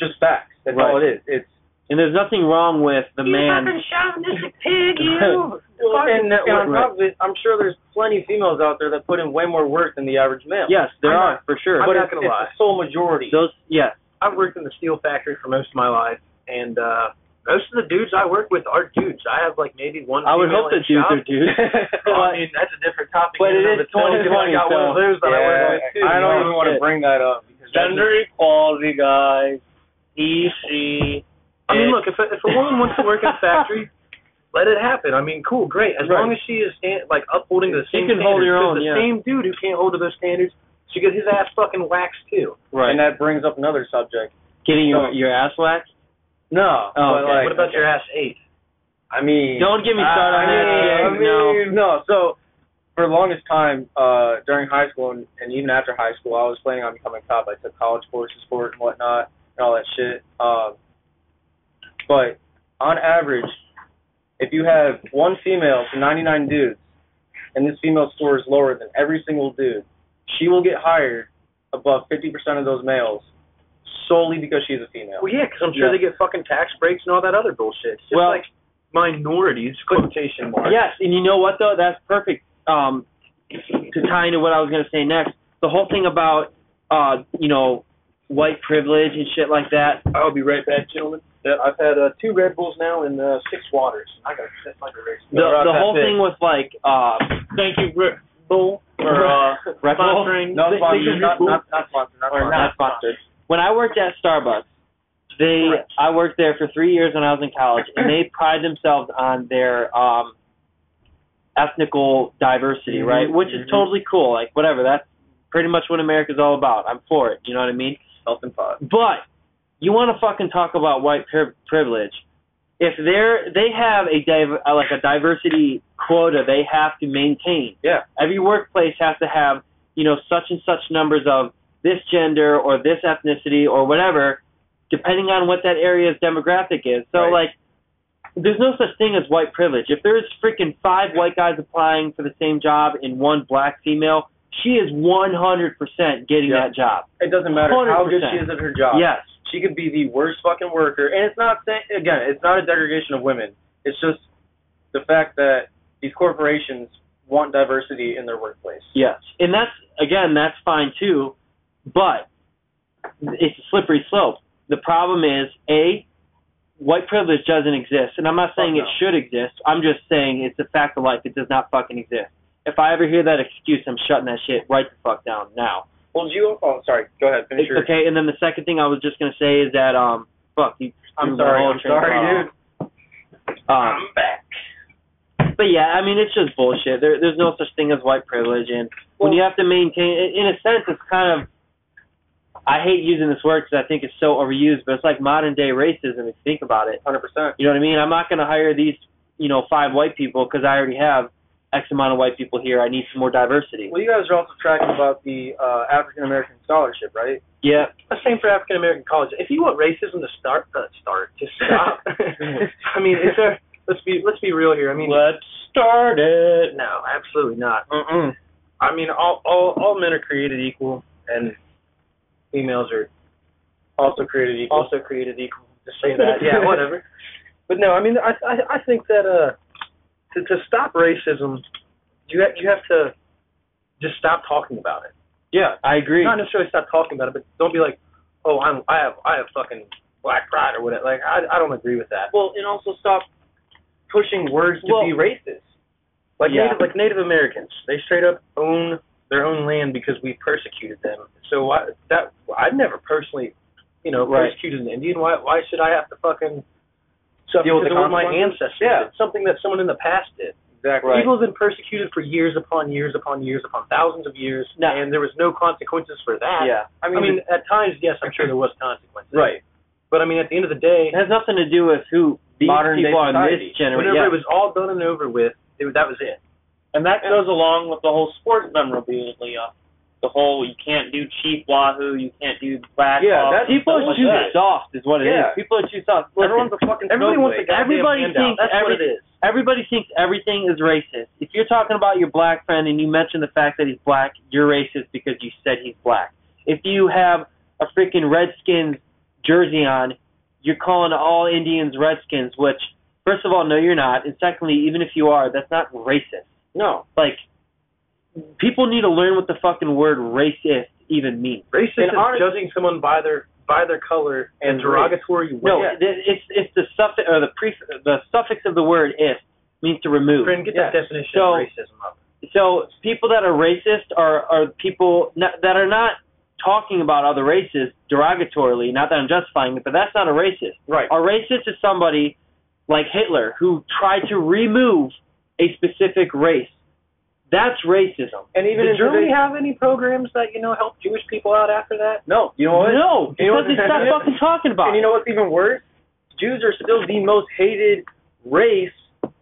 Speaker 3: just facts. That's
Speaker 1: Right.
Speaker 3: all it is. It's
Speaker 1: And there's nothing wrong with the
Speaker 6: you
Speaker 1: man.
Speaker 6: fucking chauvinistic pig, you.
Speaker 3: Well,
Speaker 6: Fucking-
Speaker 3: and
Speaker 5: uh,
Speaker 3: that-
Speaker 1: Yeah,
Speaker 3: on
Speaker 1: right.
Speaker 3: top of it, I'm sure there's plenty of females out there that put in way more work than the average male.
Speaker 1: Yes, there
Speaker 2: I'm
Speaker 1: are
Speaker 2: not-
Speaker 1: for sure.
Speaker 2: I'm
Speaker 3: but
Speaker 2: not
Speaker 3: it's,
Speaker 2: gonna
Speaker 3: it's
Speaker 2: lie.
Speaker 3: the sole majority.
Speaker 1: Those yes,
Speaker 2: I've worked in the steel factory for most of my life, and uh, most of the dudes I work with are dudes. I have like maybe one.
Speaker 1: I would
Speaker 2: female
Speaker 1: hope
Speaker 2: in
Speaker 1: that dudes
Speaker 2: shop.
Speaker 1: are dudes.
Speaker 2: I mean, that's a different topic.
Speaker 1: But
Speaker 2: in and
Speaker 1: it
Speaker 2: of
Speaker 1: is
Speaker 2: itself, 'cause I
Speaker 1: 2020,
Speaker 2: got one of
Speaker 1: so-
Speaker 2: those that I work with too.
Speaker 3: I don't even want to
Speaker 1: Shit.
Speaker 3: bring that up. because that's
Speaker 5: Gender equality, guys. EC.
Speaker 2: I mean, look, if a, if a woman wants to work in a factory, let it happen. I mean, cool, great. As
Speaker 1: Right.
Speaker 2: long as she is stand, like upholding to the
Speaker 1: She
Speaker 2: same
Speaker 1: can
Speaker 2: standards,
Speaker 1: hold her
Speaker 2: 'cause
Speaker 1: own,
Speaker 2: the
Speaker 1: yeah.
Speaker 2: same dude who can't hold to those standards should get his ass fucking waxed too.
Speaker 3: just-
Speaker 1: right.
Speaker 3: And that brings up another subject.
Speaker 1: Getting your your ass whacked. Oh,
Speaker 3: No. but
Speaker 1: okay.
Speaker 3: like,
Speaker 2: what about your ass eight?
Speaker 3: I mean,
Speaker 1: Don't get me
Speaker 3: I-
Speaker 1: started on
Speaker 3: I
Speaker 1: that
Speaker 3: mean,
Speaker 1: shit.
Speaker 3: I
Speaker 1: No.
Speaker 3: mean, no. So for the longest time uh, during high school and, and even after high school, I was planning on becoming a cop. I took college courses for it and whatnot and all that shit. Um, but on average, if you have one female to 99 dudes, and this female score is lower than every single dude, she will get hired above 50% of those males solely because she's a female.
Speaker 2: Well, yeah, 'cause I'm sure
Speaker 1: Yeah.
Speaker 2: they get fucking tax breaks and all that other bullshit. It's just
Speaker 1: Well-
Speaker 2: like minorities quotation marks.
Speaker 1: Yes, and you know what though? That's perfect. Um, to tie into what I was gonna say next, the whole thing about uh, you know, white privilege and shit like that.
Speaker 2: I'll be right back, gentlemen. Yeah, I've had uh, two Red Bulls now and uh, six waters. I got shit like a race.
Speaker 1: The the whole thing with like uh,
Speaker 5: Thank you, Rick Bull, for uh,
Speaker 1: Red Bull-
Speaker 5: sponsoring.
Speaker 3: No
Speaker 1: They- they
Speaker 3: sponsor,
Speaker 1: should
Speaker 3: not,
Speaker 1: be-
Speaker 3: not, not sponsor, not
Speaker 1: or
Speaker 3: sponsor.
Speaker 1: not sponsored. When I worked at Starbucks, they I worked there for three years when I was in college, and they pride themselves on their um, ethnical diversity,
Speaker 3: Mhm,
Speaker 1: right? Which
Speaker 3: mhm.
Speaker 1: is totally cool. Like whatever, that's pretty much what America's all about. I'm for it. You know what I mean?
Speaker 3: Self-imposed.
Speaker 1: But you want to fucking talk about white pri- privilege? If they're they have a div- uh, like a diversity quota, they have to maintain.
Speaker 3: Yeah.
Speaker 1: Every workplace has to have you know such and such numbers of this gender or this ethnicity or whatever, depending on what that area's demographic is. So
Speaker 3: Right.
Speaker 1: like. There's no such thing as white privilege. If there's freaking five white guys applying for the same job and one black female, she is 100% getting
Speaker 3: Yeah.
Speaker 1: that job.
Speaker 3: It doesn't matter how good
Speaker 1: 100%.
Speaker 3: she is at her job.
Speaker 1: Yes.
Speaker 3: She could be the worst fucking worker. And it's not saying again, it's not a degradation of women. It's just the fact that these corporations want diversity in their workplace.
Speaker 1: Yes, and that's again that's fine too, but it's a slippery slope. The problem is a white privilege doesn't exist, and I'm not saying
Speaker 3: Fuck
Speaker 1: it
Speaker 3: Oh, no.
Speaker 1: should exist. I'm just saying it's a fact of life. It does not fucking exist. If I ever hear that excuse, I'm shutting that shit right the fuck down now.
Speaker 3: Well, do you oh sorry, go ahead, finish
Speaker 1: It's
Speaker 3: your
Speaker 1: okay. And then the second thing I was just gonna say is that um fuck you.
Speaker 3: I'm
Speaker 1: threw my
Speaker 3: sorry,
Speaker 1: whole
Speaker 3: I'm
Speaker 1: train of thought
Speaker 3: sorry,
Speaker 1: off.
Speaker 3: dude.
Speaker 1: Um,
Speaker 3: back.
Speaker 1: but yeah, I mean, it's just bullshit. There, there's no such thing as white privilege, and when you have to maintain, in- in a sense, it's kind of. I hate using this word because I think it's so overused, but it's like modern day racism if you think about it.
Speaker 3: Hundred percent.
Speaker 1: You know what I mean? I'm not going to hire these, you know, five white people because I already have X amount of white people here. I need some more diversity.
Speaker 3: Well you guys are also tracking about the uh African American scholarship, right?
Speaker 1: Yeah,
Speaker 2: The same for African American colleges. If you want racism to start, uh, start just stop. I mean, it's a, let's be let's be real here. I mean,
Speaker 5: Let's start it.
Speaker 2: no, absolutely not.
Speaker 3: Mm-mm.
Speaker 2: I mean, all all all men are created equal, and females are
Speaker 3: Also created equal.
Speaker 2: also created equal. Just say that. yeah, whatever. But no, I mean, I I, I think that uh, to to stop racism, you have you have to just stop talking about it.
Speaker 3: yeah.
Speaker 1: I agree.
Speaker 2: Not necessarily stop talking about it, but don't be like, oh, I'm I have I have fucking black pride or whatever. Like I I don't agree with that.
Speaker 3: Well and also stop pushing words to
Speaker 1: Well-
Speaker 3: be racist.
Speaker 2: Like
Speaker 1: Yeah.
Speaker 2: Native, like Native Americans, they straight up own their own land because we persecuted them. So I, that I've never personally, you know,
Speaker 1: Right.
Speaker 2: persecuted an Indian. Why why should I have to fucking suffer
Speaker 3: Deal with the
Speaker 2: because of what my
Speaker 3: consequences?
Speaker 2: ancestors
Speaker 3: Yeah.
Speaker 2: did? Something that someone in the past did.
Speaker 3: Exactly.
Speaker 2: People have been persecuted for years upon years upon years upon thousands of years,
Speaker 1: No.
Speaker 2: and there was no consequences for that.
Speaker 3: Yeah. I
Speaker 2: I
Speaker 3: mean,
Speaker 2: mean, at times, yes, I'm sure there was consequences.
Speaker 3: right.
Speaker 2: But I mean, at the end of the day,
Speaker 1: It has nothing to do with who these
Speaker 3: Modern day
Speaker 1: people are in
Speaker 3: society.
Speaker 1: this generation.
Speaker 2: whenever
Speaker 1: Yeah.
Speaker 2: it was all done and over with, it, that was it.
Speaker 5: And that goes along with the whole sports memorabilia. The whole you can't do cheap Wahoo, you can't do black.
Speaker 3: Yeah,
Speaker 5: Hawk,
Speaker 3: that's-
Speaker 1: people
Speaker 5: stuff
Speaker 1: are
Speaker 5: like
Speaker 1: too
Speaker 5: that.
Speaker 1: soft, is what it is.
Speaker 3: Yeah.
Speaker 1: People are too soft. Listen,
Speaker 3: Everyone's a fucking
Speaker 2: Everybody wants a
Speaker 3: snowflake.
Speaker 2: goddamn
Speaker 1: Everybody
Speaker 2: handout.
Speaker 1: thinks
Speaker 2: That's
Speaker 1: every-
Speaker 2: what it is.
Speaker 1: everybody thinks everything is racist. If you're talking about your black friend and you mention the fact that he's black, you're racist because you said he's black. If you have a freaking Redskins jersey on, you're calling all Indians Redskins, which first of all, no, you're not, and secondly, even if you are, that's not racist.
Speaker 3: No.
Speaker 1: Like, people need to learn what the fucking word racist even means.
Speaker 2: Racist
Speaker 3: And
Speaker 2: is
Speaker 3: honest-
Speaker 2: judging someone by their by their color and
Speaker 3: And race.
Speaker 2: derogatory way.
Speaker 1: No, th it's it's the suffix or the pref the suffix of the word is means to remove.
Speaker 2: Friend, get that
Speaker 3: Yeah.
Speaker 2: definition
Speaker 1: So-
Speaker 2: of racism up.
Speaker 1: so people that are racist are are people not, that are not talking about other races derogatorily. Not that I'm justifying it, but that's not a racist.
Speaker 3: Right.
Speaker 1: A racist is somebody like Hitler who tried to remove a specific race. That's racism.
Speaker 3: And even in
Speaker 2: Did Germany
Speaker 3: today's-
Speaker 2: have any programs that you know help Jewish people out after that?
Speaker 3: no, you know what?
Speaker 1: No,
Speaker 3: You
Speaker 1: because
Speaker 3: know what-
Speaker 1: it's not fucking talking about.
Speaker 3: And you know what's even worse? Jews are still the most hated race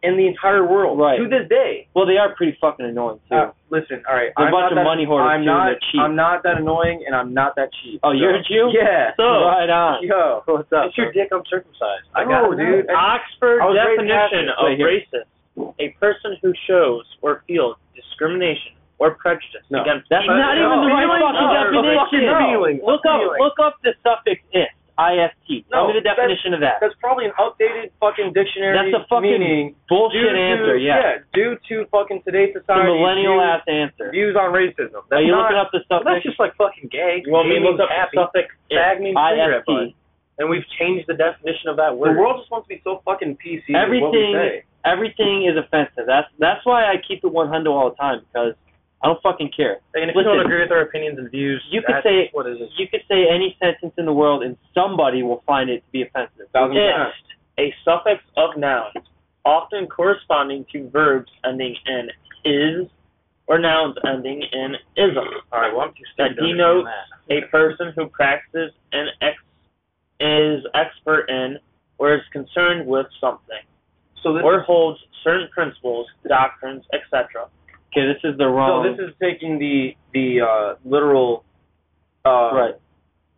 Speaker 3: in the entire world
Speaker 1: Right.
Speaker 3: to this day.
Speaker 1: well, they are pretty fucking annoying too.
Speaker 3: Uh, listen, all right,
Speaker 1: They're a
Speaker 3: I'm
Speaker 1: bunch
Speaker 3: not
Speaker 1: of
Speaker 3: that,
Speaker 1: money hoarders,
Speaker 3: I'm
Speaker 1: too, and
Speaker 3: not,
Speaker 1: they're cheap.
Speaker 3: I'm not that annoying, and I'm not that cheap.
Speaker 1: oh, you're a
Speaker 3: So-
Speaker 1: Jew?
Speaker 3: Yeah.
Speaker 1: So right on.
Speaker 3: Yo, what's up?
Speaker 2: It's your dick uncircumcised. I got
Speaker 3: no,
Speaker 2: it.
Speaker 3: dude.
Speaker 5: Oxford
Speaker 3: I was raised
Speaker 5: definition
Speaker 3: Catholic.
Speaker 5: of
Speaker 3: Wait, here.
Speaker 5: racist: a person who shows or feels discrimination or prejudice
Speaker 3: No.
Speaker 5: against
Speaker 1: That's
Speaker 5: people.
Speaker 1: not even
Speaker 3: No.
Speaker 1: the right
Speaker 3: Feelings
Speaker 1: fucking
Speaker 3: are
Speaker 1: definition.
Speaker 3: fucking feelings.
Speaker 1: Look up,
Speaker 3: Feelings.
Speaker 1: look up the suffix ist. ist. Tell
Speaker 3: No,
Speaker 1: me the
Speaker 3: that's-
Speaker 1: definition of that.
Speaker 3: That's probably an outdated fucking dictionary
Speaker 1: That's a fucking
Speaker 3: meaning.
Speaker 1: bullshit
Speaker 3: due to-
Speaker 1: answer. yeah,
Speaker 3: Due to fucking today's
Speaker 1: the
Speaker 3: society.
Speaker 1: millennial
Speaker 3: views,
Speaker 1: ass answer.
Speaker 3: views on racism.
Speaker 1: Are
Speaker 3: That's
Speaker 1: you
Speaker 3: not
Speaker 1: looking up the
Speaker 2: Well, that's
Speaker 1: suffix?
Speaker 2: just like fucking gay.
Speaker 3: You want me to look
Speaker 2: Gay
Speaker 3: up
Speaker 2: means happy.
Speaker 3: the
Speaker 2: suffix fag means cigarette butt.
Speaker 1: ist.
Speaker 2: And we've changed the definition of that
Speaker 3: the
Speaker 2: word.
Speaker 3: world just wants to be so fucking PC. with what we
Speaker 1: Everything-
Speaker 3: say.
Speaker 1: Everything is offensive. That's that's why I keep it 100 all the time because I don't fucking care.
Speaker 2: and if
Speaker 1: Listen.
Speaker 2: you don't agree with our opinions and views,
Speaker 1: You could
Speaker 2: that's
Speaker 1: say-
Speaker 2: what it is.
Speaker 1: You could say any sentence in the world and somebody will find it to be offensive.
Speaker 3: Thousand
Speaker 5: Ist,
Speaker 3: percent.
Speaker 5: a suffix of nouns, often corresponding to verbs ending in is or nouns ending in ism.
Speaker 2: All right, well, I'm too
Speaker 5: That
Speaker 2: stupid to
Speaker 5: denotes-
Speaker 2: understand that.
Speaker 5: a person who practices an ex is expert in or is concerned with something
Speaker 2: So this,
Speaker 5: or holds certain principles, doctrines, etc.
Speaker 1: Okay, this is the
Speaker 3: So
Speaker 1: wrong.
Speaker 3: this is taking the the uh, literal uh,
Speaker 1: right.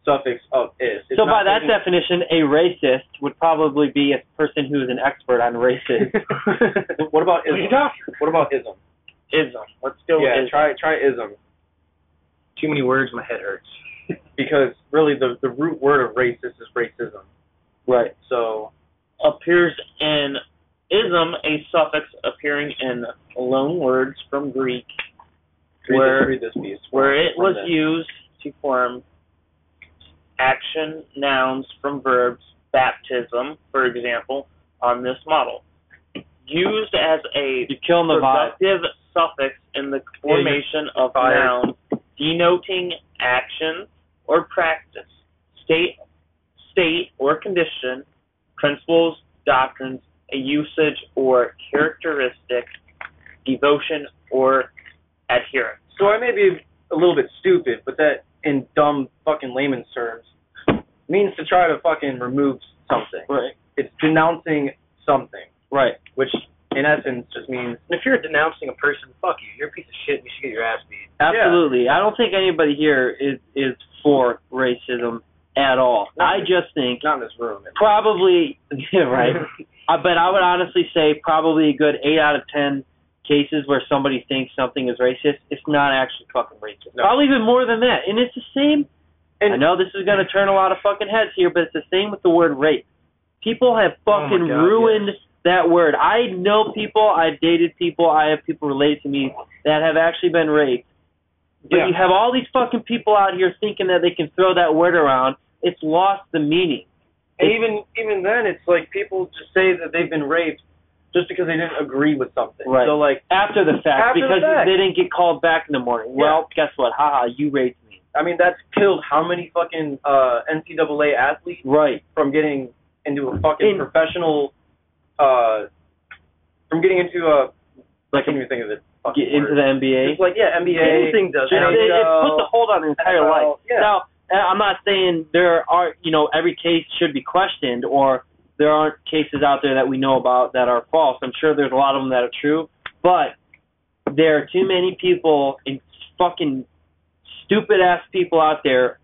Speaker 3: suffix of is. It's
Speaker 1: So by
Speaker 3: not
Speaker 1: that
Speaker 3: taking-
Speaker 1: definition, a racist would probably be a person who is an expert on racism.
Speaker 3: what about ism?
Speaker 2: What are you
Speaker 3: What about ism?
Speaker 5: Ism. Let's go
Speaker 3: yeah,
Speaker 5: with ism.
Speaker 3: try try ism
Speaker 2: too many words, my head hurts.
Speaker 3: because really the the root word of racist is racism.
Speaker 1: right.
Speaker 3: So
Speaker 5: Appears in ism, a suffix appearing in loan words from Greek,
Speaker 3: read
Speaker 5: Where-
Speaker 3: this, read this piece.
Speaker 5: where it
Speaker 3: From
Speaker 5: was
Speaker 3: this.
Speaker 5: used to form action nouns from verbs, baptism, for example, on this model. Used as a
Speaker 1: You're killing the vibe.
Speaker 5: productive suffix in the formation of
Speaker 2: fired.
Speaker 5: noun denoting action or practice, state, state or condition, principles, doctrines, a usage or characteristic, devotion or adherence.
Speaker 3: So I may be a little bit stupid, but that in dumb fucking layman's terms means to try to fucking remove something.
Speaker 1: Right.
Speaker 3: It's denouncing something,
Speaker 1: Right.
Speaker 3: which in essence just means
Speaker 2: And if you're denouncing a person, fuck you. You're a piece of shit. And you should get your ass beat.
Speaker 1: Absolutely. I don't think anybody here is is for racism at all. I just think
Speaker 3: not in this room.
Speaker 1: probably yeah, right. I but I would honestly say probably a good eight out of ten cases where somebody thinks something is racist, it's not actually fucking racist.
Speaker 3: No.
Speaker 1: Probably even more than that. And it's the same
Speaker 3: And-
Speaker 1: I know this is gonna turn a lot of fucking heads here, but it's the same with the word rape. People have
Speaker 2: Oh my
Speaker 1: fucking
Speaker 2: God,
Speaker 1: ruined that word. I know people, I've dated people, I have people related to me that have actually been raped. But
Speaker 3: Yeah.
Speaker 1: you have all these fucking people out here thinking that they can throw that word around. It's lost the meaning.
Speaker 3: And even even then, it's like people just say that they've been raped just because they didn't agree with something.
Speaker 1: Right.
Speaker 3: So like,
Speaker 1: After the fact,
Speaker 3: After the
Speaker 1: because
Speaker 3: fact.
Speaker 1: they didn't get called back in the morning. Well, guess what? Haha, you raped me.
Speaker 3: I mean, that's killed how many fucking uh, NCAA athletes
Speaker 1: Right.
Speaker 3: from getting into a fucking
Speaker 1: In-
Speaker 3: professional, uh, from getting into a I
Speaker 1: Like
Speaker 3: can't even think of the fucking
Speaker 1: get into
Speaker 3: word.
Speaker 1: the NBA.
Speaker 3: It's like yeah, NBA.
Speaker 2: Anything does.
Speaker 1: Just-
Speaker 3: NFL,
Speaker 1: it, it puts a hold on an entire
Speaker 3: NFL,
Speaker 1: life.
Speaker 3: yeah.
Speaker 1: Now, and I'm not saying there are, you know, every case should be questioned or there aren't cases out there that we know about that are false. I'm sure there's a lot of them that are true, but there are too many people and fucking stupid ass people out there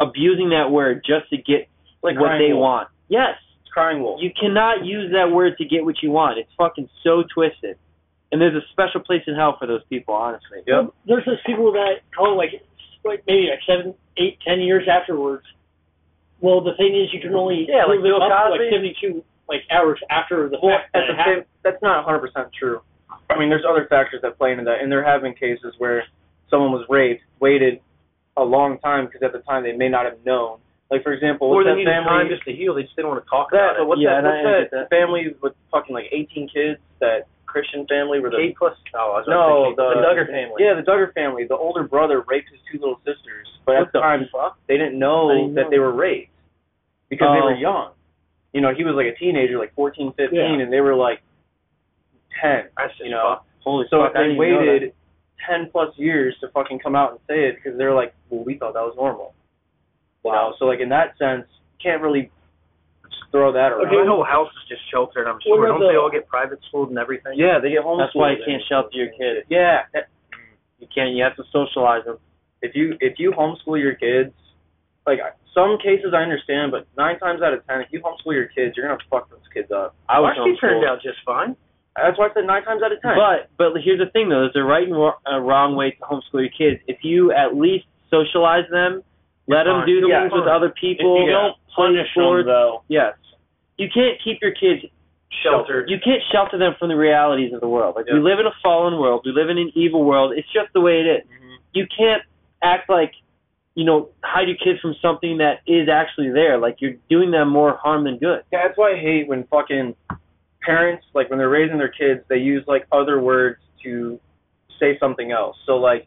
Speaker 1: abusing that word just to get
Speaker 3: like
Speaker 1: what
Speaker 3: crying
Speaker 1: they want.
Speaker 3: wolf.
Speaker 1: Yes.
Speaker 3: It's crying wolf.
Speaker 1: You cannot use that word to get what you want. It's fucking so twisted. And there's a special place in hell for those people, honestly.
Speaker 3: Yep.
Speaker 4: There's those people that call like, like maybe like seven, eight, ten years afterwards, Well, the thing is, you can only
Speaker 2: Yeah, like
Speaker 4: prove it
Speaker 2: Bill
Speaker 4: up to,
Speaker 2: Cosby.
Speaker 4: like seventy-two like hours after the fact that it
Speaker 3: that's, the same,
Speaker 4: happened.
Speaker 3: that's not 100% true. I mean, there's other factors that play into that, and there have been cases where someone was raped, waited a long time because at the time they may not have known. Like for example,
Speaker 2: Or
Speaker 3: what's
Speaker 2: they
Speaker 3: that
Speaker 2: needed time
Speaker 3: family?
Speaker 2: just to heal. They just didn't want to talk about
Speaker 3: that, but
Speaker 2: it.
Speaker 3: what's
Speaker 1: Yeah,
Speaker 3: that?
Speaker 1: and I-
Speaker 3: What's
Speaker 1: I
Speaker 3: that,
Speaker 1: get that.
Speaker 3: family with fucking like 18 kids? That Christian family where the
Speaker 2: Eight plus. Oh, I was
Speaker 3: no,
Speaker 2: thinking. the Duggar family.
Speaker 3: Yeah, the Duggar family. The older brother raped his two little sisters, but
Speaker 2: What
Speaker 3: at the
Speaker 2: the
Speaker 3: time
Speaker 2: fuck?
Speaker 3: they didn't
Speaker 1: I
Speaker 3: know
Speaker 1: didn't
Speaker 3: that
Speaker 1: know.
Speaker 3: they were raped because they
Speaker 1: Oh.
Speaker 3: were young. You know, he was like a teenager, like fourteen, fifteen,
Speaker 4: Yeah.
Speaker 3: and they were like 10.
Speaker 2: That's just
Speaker 3: You know,
Speaker 2: fucked.
Speaker 1: Holy
Speaker 3: so
Speaker 1: fuck! I
Speaker 3: they
Speaker 1: didn't even know
Speaker 3: waited 10 plus years to fucking come out and say it because they're like, well, we thought that was normal. You know, so like in that sense, can't really just throw that around.
Speaker 2: The whole house is just sheltered. I'm sure.
Speaker 4: about
Speaker 2: Don't
Speaker 4: the-
Speaker 2: they all get private schooled and everything?
Speaker 3: Yeah, they get homeschooled.
Speaker 1: that. That's why you
Speaker 3: and
Speaker 1: can't
Speaker 3: stuff.
Speaker 1: shelter your kids.
Speaker 3: Yeah, that-
Speaker 1: You can't. You have to socialize them.
Speaker 3: if you if you homeschool your kids, like I- some cases I understand, but nine times out of ten, if you homeschool your kids, you're gonna fuck those kids up.
Speaker 1: I was
Speaker 2: Well, she
Speaker 1: homeschooled.
Speaker 2: turned out just fine.
Speaker 3: That's why I said nine times out of ten.
Speaker 1: But but here's the thing though, there's a right and wro- a wrong way to homeschool your kids. If you at least socialize them, let them
Speaker 2: fine.
Speaker 1: do
Speaker 3: Yeah.
Speaker 1: things with other
Speaker 5: If
Speaker 1: people.
Speaker 5: you don't punish them,
Speaker 1: sports.
Speaker 5: though,
Speaker 1: Yes. You can't keep your kids
Speaker 2: Sheltered.
Speaker 1: you can't shelter them from the realities of the world. Like we
Speaker 2: Yeah.
Speaker 1: live in a fallen world, we live in an evil world. It's just the way it is.
Speaker 2: Mm-hmm.
Speaker 1: You can't act like you know, hide your kids from something that is actually there. Like you're doing them more harm than good.
Speaker 3: Yeah, that's why I hate when fucking parents, like when they're raising their kids, they use like other words to say something else. So like,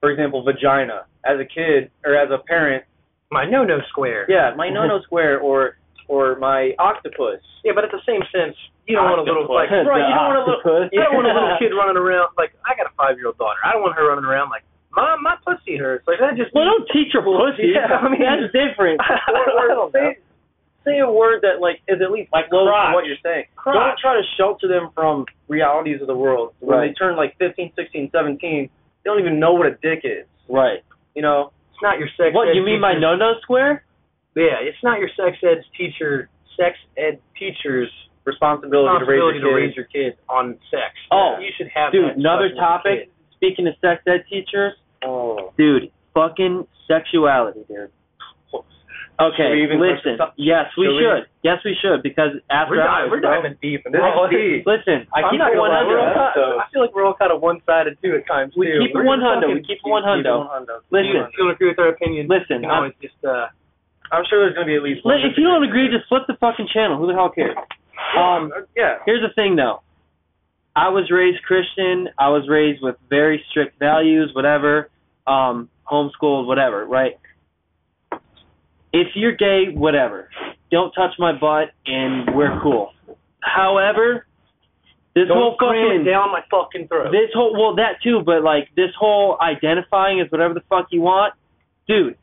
Speaker 3: for example, vagina. As a kid or as a parent,
Speaker 2: My no-no square.
Speaker 3: yeah, my no no square or or my octopus.
Speaker 2: Yeah, but at the same sense, you don't want a little like
Speaker 1: Octopus.
Speaker 2: right. You don't want a little.
Speaker 1: Octopus.
Speaker 2: You don't want a little kid running around like I got a five-year-old daughter. I don't want her running around like mom, my pussy hurts. Like that just
Speaker 1: Well, don't teach her pussy.
Speaker 2: Yeah, I mean-
Speaker 1: That's different.
Speaker 3: Or, or say, say a word that like is at least
Speaker 5: Like
Speaker 3: close to
Speaker 5: crotch.
Speaker 3: what you're saying. Don't
Speaker 5: crotch.
Speaker 3: try to shelter them from realities of the world. When
Speaker 1: Right.
Speaker 3: they turn like 15, 16, 17, they don't even know what a dick is.
Speaker 1: Right.
Speaker 3: You know?
Speaker 2: it's not your sex.
Speaker 1: What
Speaker 2: ed
Speaker 1: you mean by
Speaker 2: teacher's-
Speaker 1: no no square?
Speaker 2: Yeah, it's not your sex ed teacher, sex ed teacher's
Speaker 3: Responsibility,
Speaker 2: responsibility
Speaker 3: to raise your
Speaker 2: your
Speaker 3: kids.
Speaker 2: kids on sex.
Speaker 1: Oh,
Speaker 2: you should have
Speaker 1: Dude,
Speaker 2: that
Speaker 1: another
Speaker 2: discussion with your
Speaker 1: topic.
Speaker 2: kids.
Speaker 1: Speaking of sex ed teachers,
Speaker 3: Oh.
Speaker 1: dude, fucking sexuality, dude. Okay,
Speaker 3: Should we even
Speaker 1: listen.
Speaker 3: touch
Speaker 1: Yes, we
Speaker 3: Should we?
Speaker 1: should. Yes, we should because after
Speaker 2: We're,
Speaker 1: hours,
Speaker 2: diving, we're
Speaker 1: bro-
Speaker 2: diving deep. And
Speaker 3: This
Speaker 2: this
Speaker 3: is
Speaker 2: is
Speaker 3: deep.
Speaker 1: Listen, I
Speaker 3: I'm
Speaker 1: keep
Speaker 3: not
Speaker 1: it
Speaker 3: gonna lie,
Speaker 1: 100.
Speaker 3: we're all kind of-
Speaker 2: I feel like we're all kind of one-sided too at times.
Speaker 1: We
Speaker 2: too.
Speaker 1: keep it
Speaker 2: We're
Speaker 1: 100.
Speaker 2: fucking-
Speaker 1: We keep it 100.
Speaker 2: If you,
Speaker 1: Listen,
Speaker 2: if you don't agree with our opinion,
Speaker 1: listen.
Speaker 2: you can
Speaker 1: I'm-
Speaker 2: always just uh,
Speaker 3: I'm sure there's going to be at least
Speaker 1: li- if you don't agree, just flip the fucking channel. Who the hell cares? Um,
Speaker 3: yeah.
Speaker 1: here's the thing though. I was raised Christian. I was raised with very strict values, whatever. Um, homeschooled, whatever. Right. If you're gay, whatever. Don't touch my butt, and we're cool. However, this whole
Speaker 2: don't cram
Speaker 1: fucking
Speaker 2: it down my fucking throat.
Speaker 1: This whole well that too, but like this whole identifying as whatever the fuck you want, dude.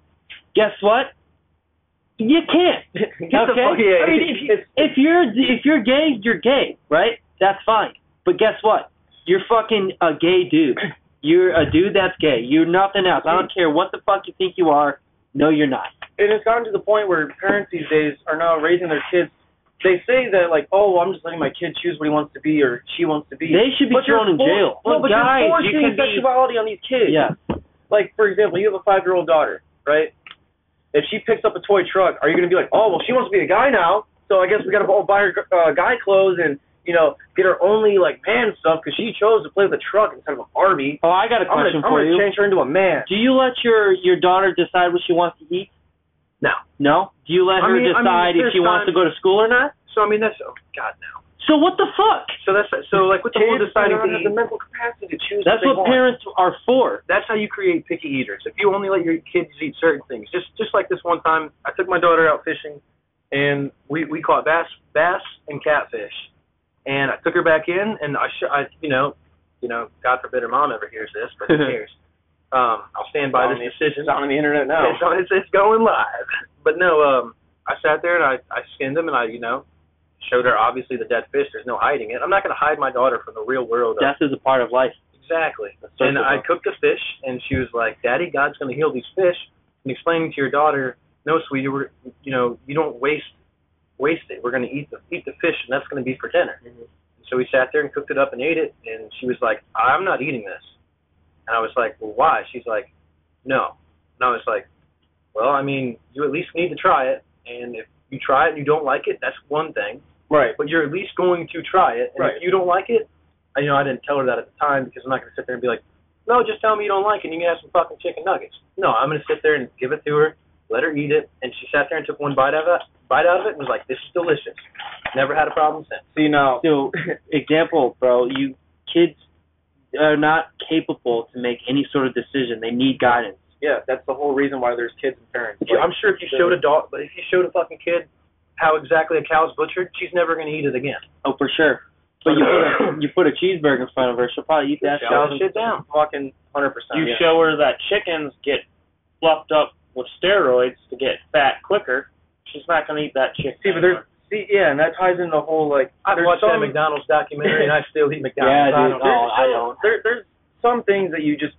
Speaker 1: Guess what? You can't.
Speaker 2: Get the
Speaker 1: okay.
Speaker 2: fuck- yeah,
Speaker 1: I mean, if,
Speaker 2: it's-
Speaker 1: if you're if you're gay, you're gay, right? That's fine. But guess what? You're fucking a gay dude. You're a dude that's gay. You're nothing else. I don't care what the fuck you think you are. No, you're not.
Speaker 3: And it's gotten to the point where parents these days are now raising their kids. They say that, like, oh, well, I'm just letting my kid choose what he wants to be or she wants to be.
Speaker 1: They should be
Speaker 3: But you're
Speaker 1: thrown in
Speaker 3: for-
Speaker 1: jail.
Speaker 3: No, but
Speaker 1: guys,
Speaker 3: you're
Speaker 1: you
Speaker 3: forcing
Speaker 1: can be.
Speaker 3: sexuality on these kids.
Speaker 1: Yeah.
Speaker 3: Like, for example, you have a five-year-old daughter, right? If she picks up a toy truck, are you going to be like, oh, well, she wants to be a guy now, so I guess we got to all buy her uh, guy clothes and, you know, get her only, like, man stuff because she chose to play with a truck instead of a Barbie.
Speaker 1: Oh, I got a
Speaker 3: I'm
Speaker 1: question
Speaker 3: gonna, I'm
Speaker 1: for
Speaker 3: gonna
Speaker 1: you.
Speaker 3: change her into a man.
Speaker 1: Do you let your your daughter decide what she wants to eat?
Speaker 2: No.
Speaker 1: No? Do you let
Speaker 2: I
Speaker 1: her
Speaker 2: mean- I mean,
Speaker 1: decide if
Speaker 2: there's
Speaker 1: she wants to
Speaker 2: times-
Speaker 1: go to school or not?
Speaker 2: So I mean, that's oh god no.
Speaker 1: So what the fuck?
Speaker 2: So that's so like with the whole
Speaker 3: Kids
Speaker 2: deciding
Speaker 3: don't
Speaker 2: to
Speaker 3: have
Speaker 2: eat.
Speaker 3: the mental capacity to choose
Speaker 1: That's
Speaker 3: they
Speaker 1: what
Speaker 3: want.
Speaker 1: parents are for.
Speaker 2: That's how you create picky eaters. If you only let your kids eat certain things, just just like this one time, I took my daughter out fishing, and we we caught bass bass and catfish, and I took her back in, and I sh- I you know, you know, God forbid her mom ever hears this, but who cares? Um, I'll stand by this decision.
Speaker 3: It's on the internet now.
Speaker 2: It's, it's it's going live. But no, um, I sat there and I I skinned them and I you know showed her obviously the dead fish. There's no hiding it. I'm not gonna hide my daughter from the real world. Of,
Speaker 1: Death is a part of life.
Speaker 2: exactly.
Speaker 1: circle
Speaker 2: And I
Speaker 1: of-
Speaker 2: cooked a fish and she was like, "Daddy, God's gonna heal these fish." And explaining to your daughter, "No, sweetie, we're you know you don't waste waste it. We're gonna eat the eat the fish and that's gonna be for dinner." So we sat there and cooked it up and ate it, and she was like, "I'm not eating this," and I was like, "Well, why?" She's like, "No," and I was like, Well, I mean, you at least need to try it, and if you try it and you don't like it, that's one thing.
Speaker 3: Right.
Speaker 2: But you're at least going to try it, and
Speaker 3: Right.
Speaker 2: if you don't like it, I, you know, I didn't tell her that at the time because I'm not going to sit there and be like, no, just tell me you don't like it, and you can have some fucking chicken nuggets. No, I'm going to sit there and give it to her, let her eat it, and she sat there and took one bite out of it, bite out of it, and was like, this is delicious. Never had a problem since.
Speaker 3: See now.
Speaker 1: So, example, bro, you kids are not capable to make any sort of decision. They need guidance.
Speaker 3: Yeah, that's the whole reason why there's kids and parents.
Speaker 2: Yeah,
Speaker 3: Like,
Speaker 2: I'm sure if you showed a dog, but if you showed a fucking kid how exactly a cow's butchered, she's never going to eat it again.
Speaker 1: Oh, for sure. But you put a you put a cheeseburger in front of her, she'll probably eat that.
Speaker 2: Shut
Speaker 1: shit.
Speaker 2: that shit down.
Speaker 3: fucking hundred percent.
Speaker 5: You show her that chickens get fluffed up with steroids to get fat quicker. She's not going to eat that chicken.
Speaker 3: See, but there's see, yeah, and that ties in the whole like
Speaker 2: I've
Speaker 3: there's
Speaker 2: watched that
Speaker 3: some-
Speaker 2: McDonald's documentary and I still eat
Speaker 1: Yeah,
Speaker 2: McDonald's. I
Speaker 1: dude.
Speaker 2: don't
Speaker 1: Oh,
Speaker 2: know.
Speaker 1: I don't.
Speaker 3: There, there's some things that you just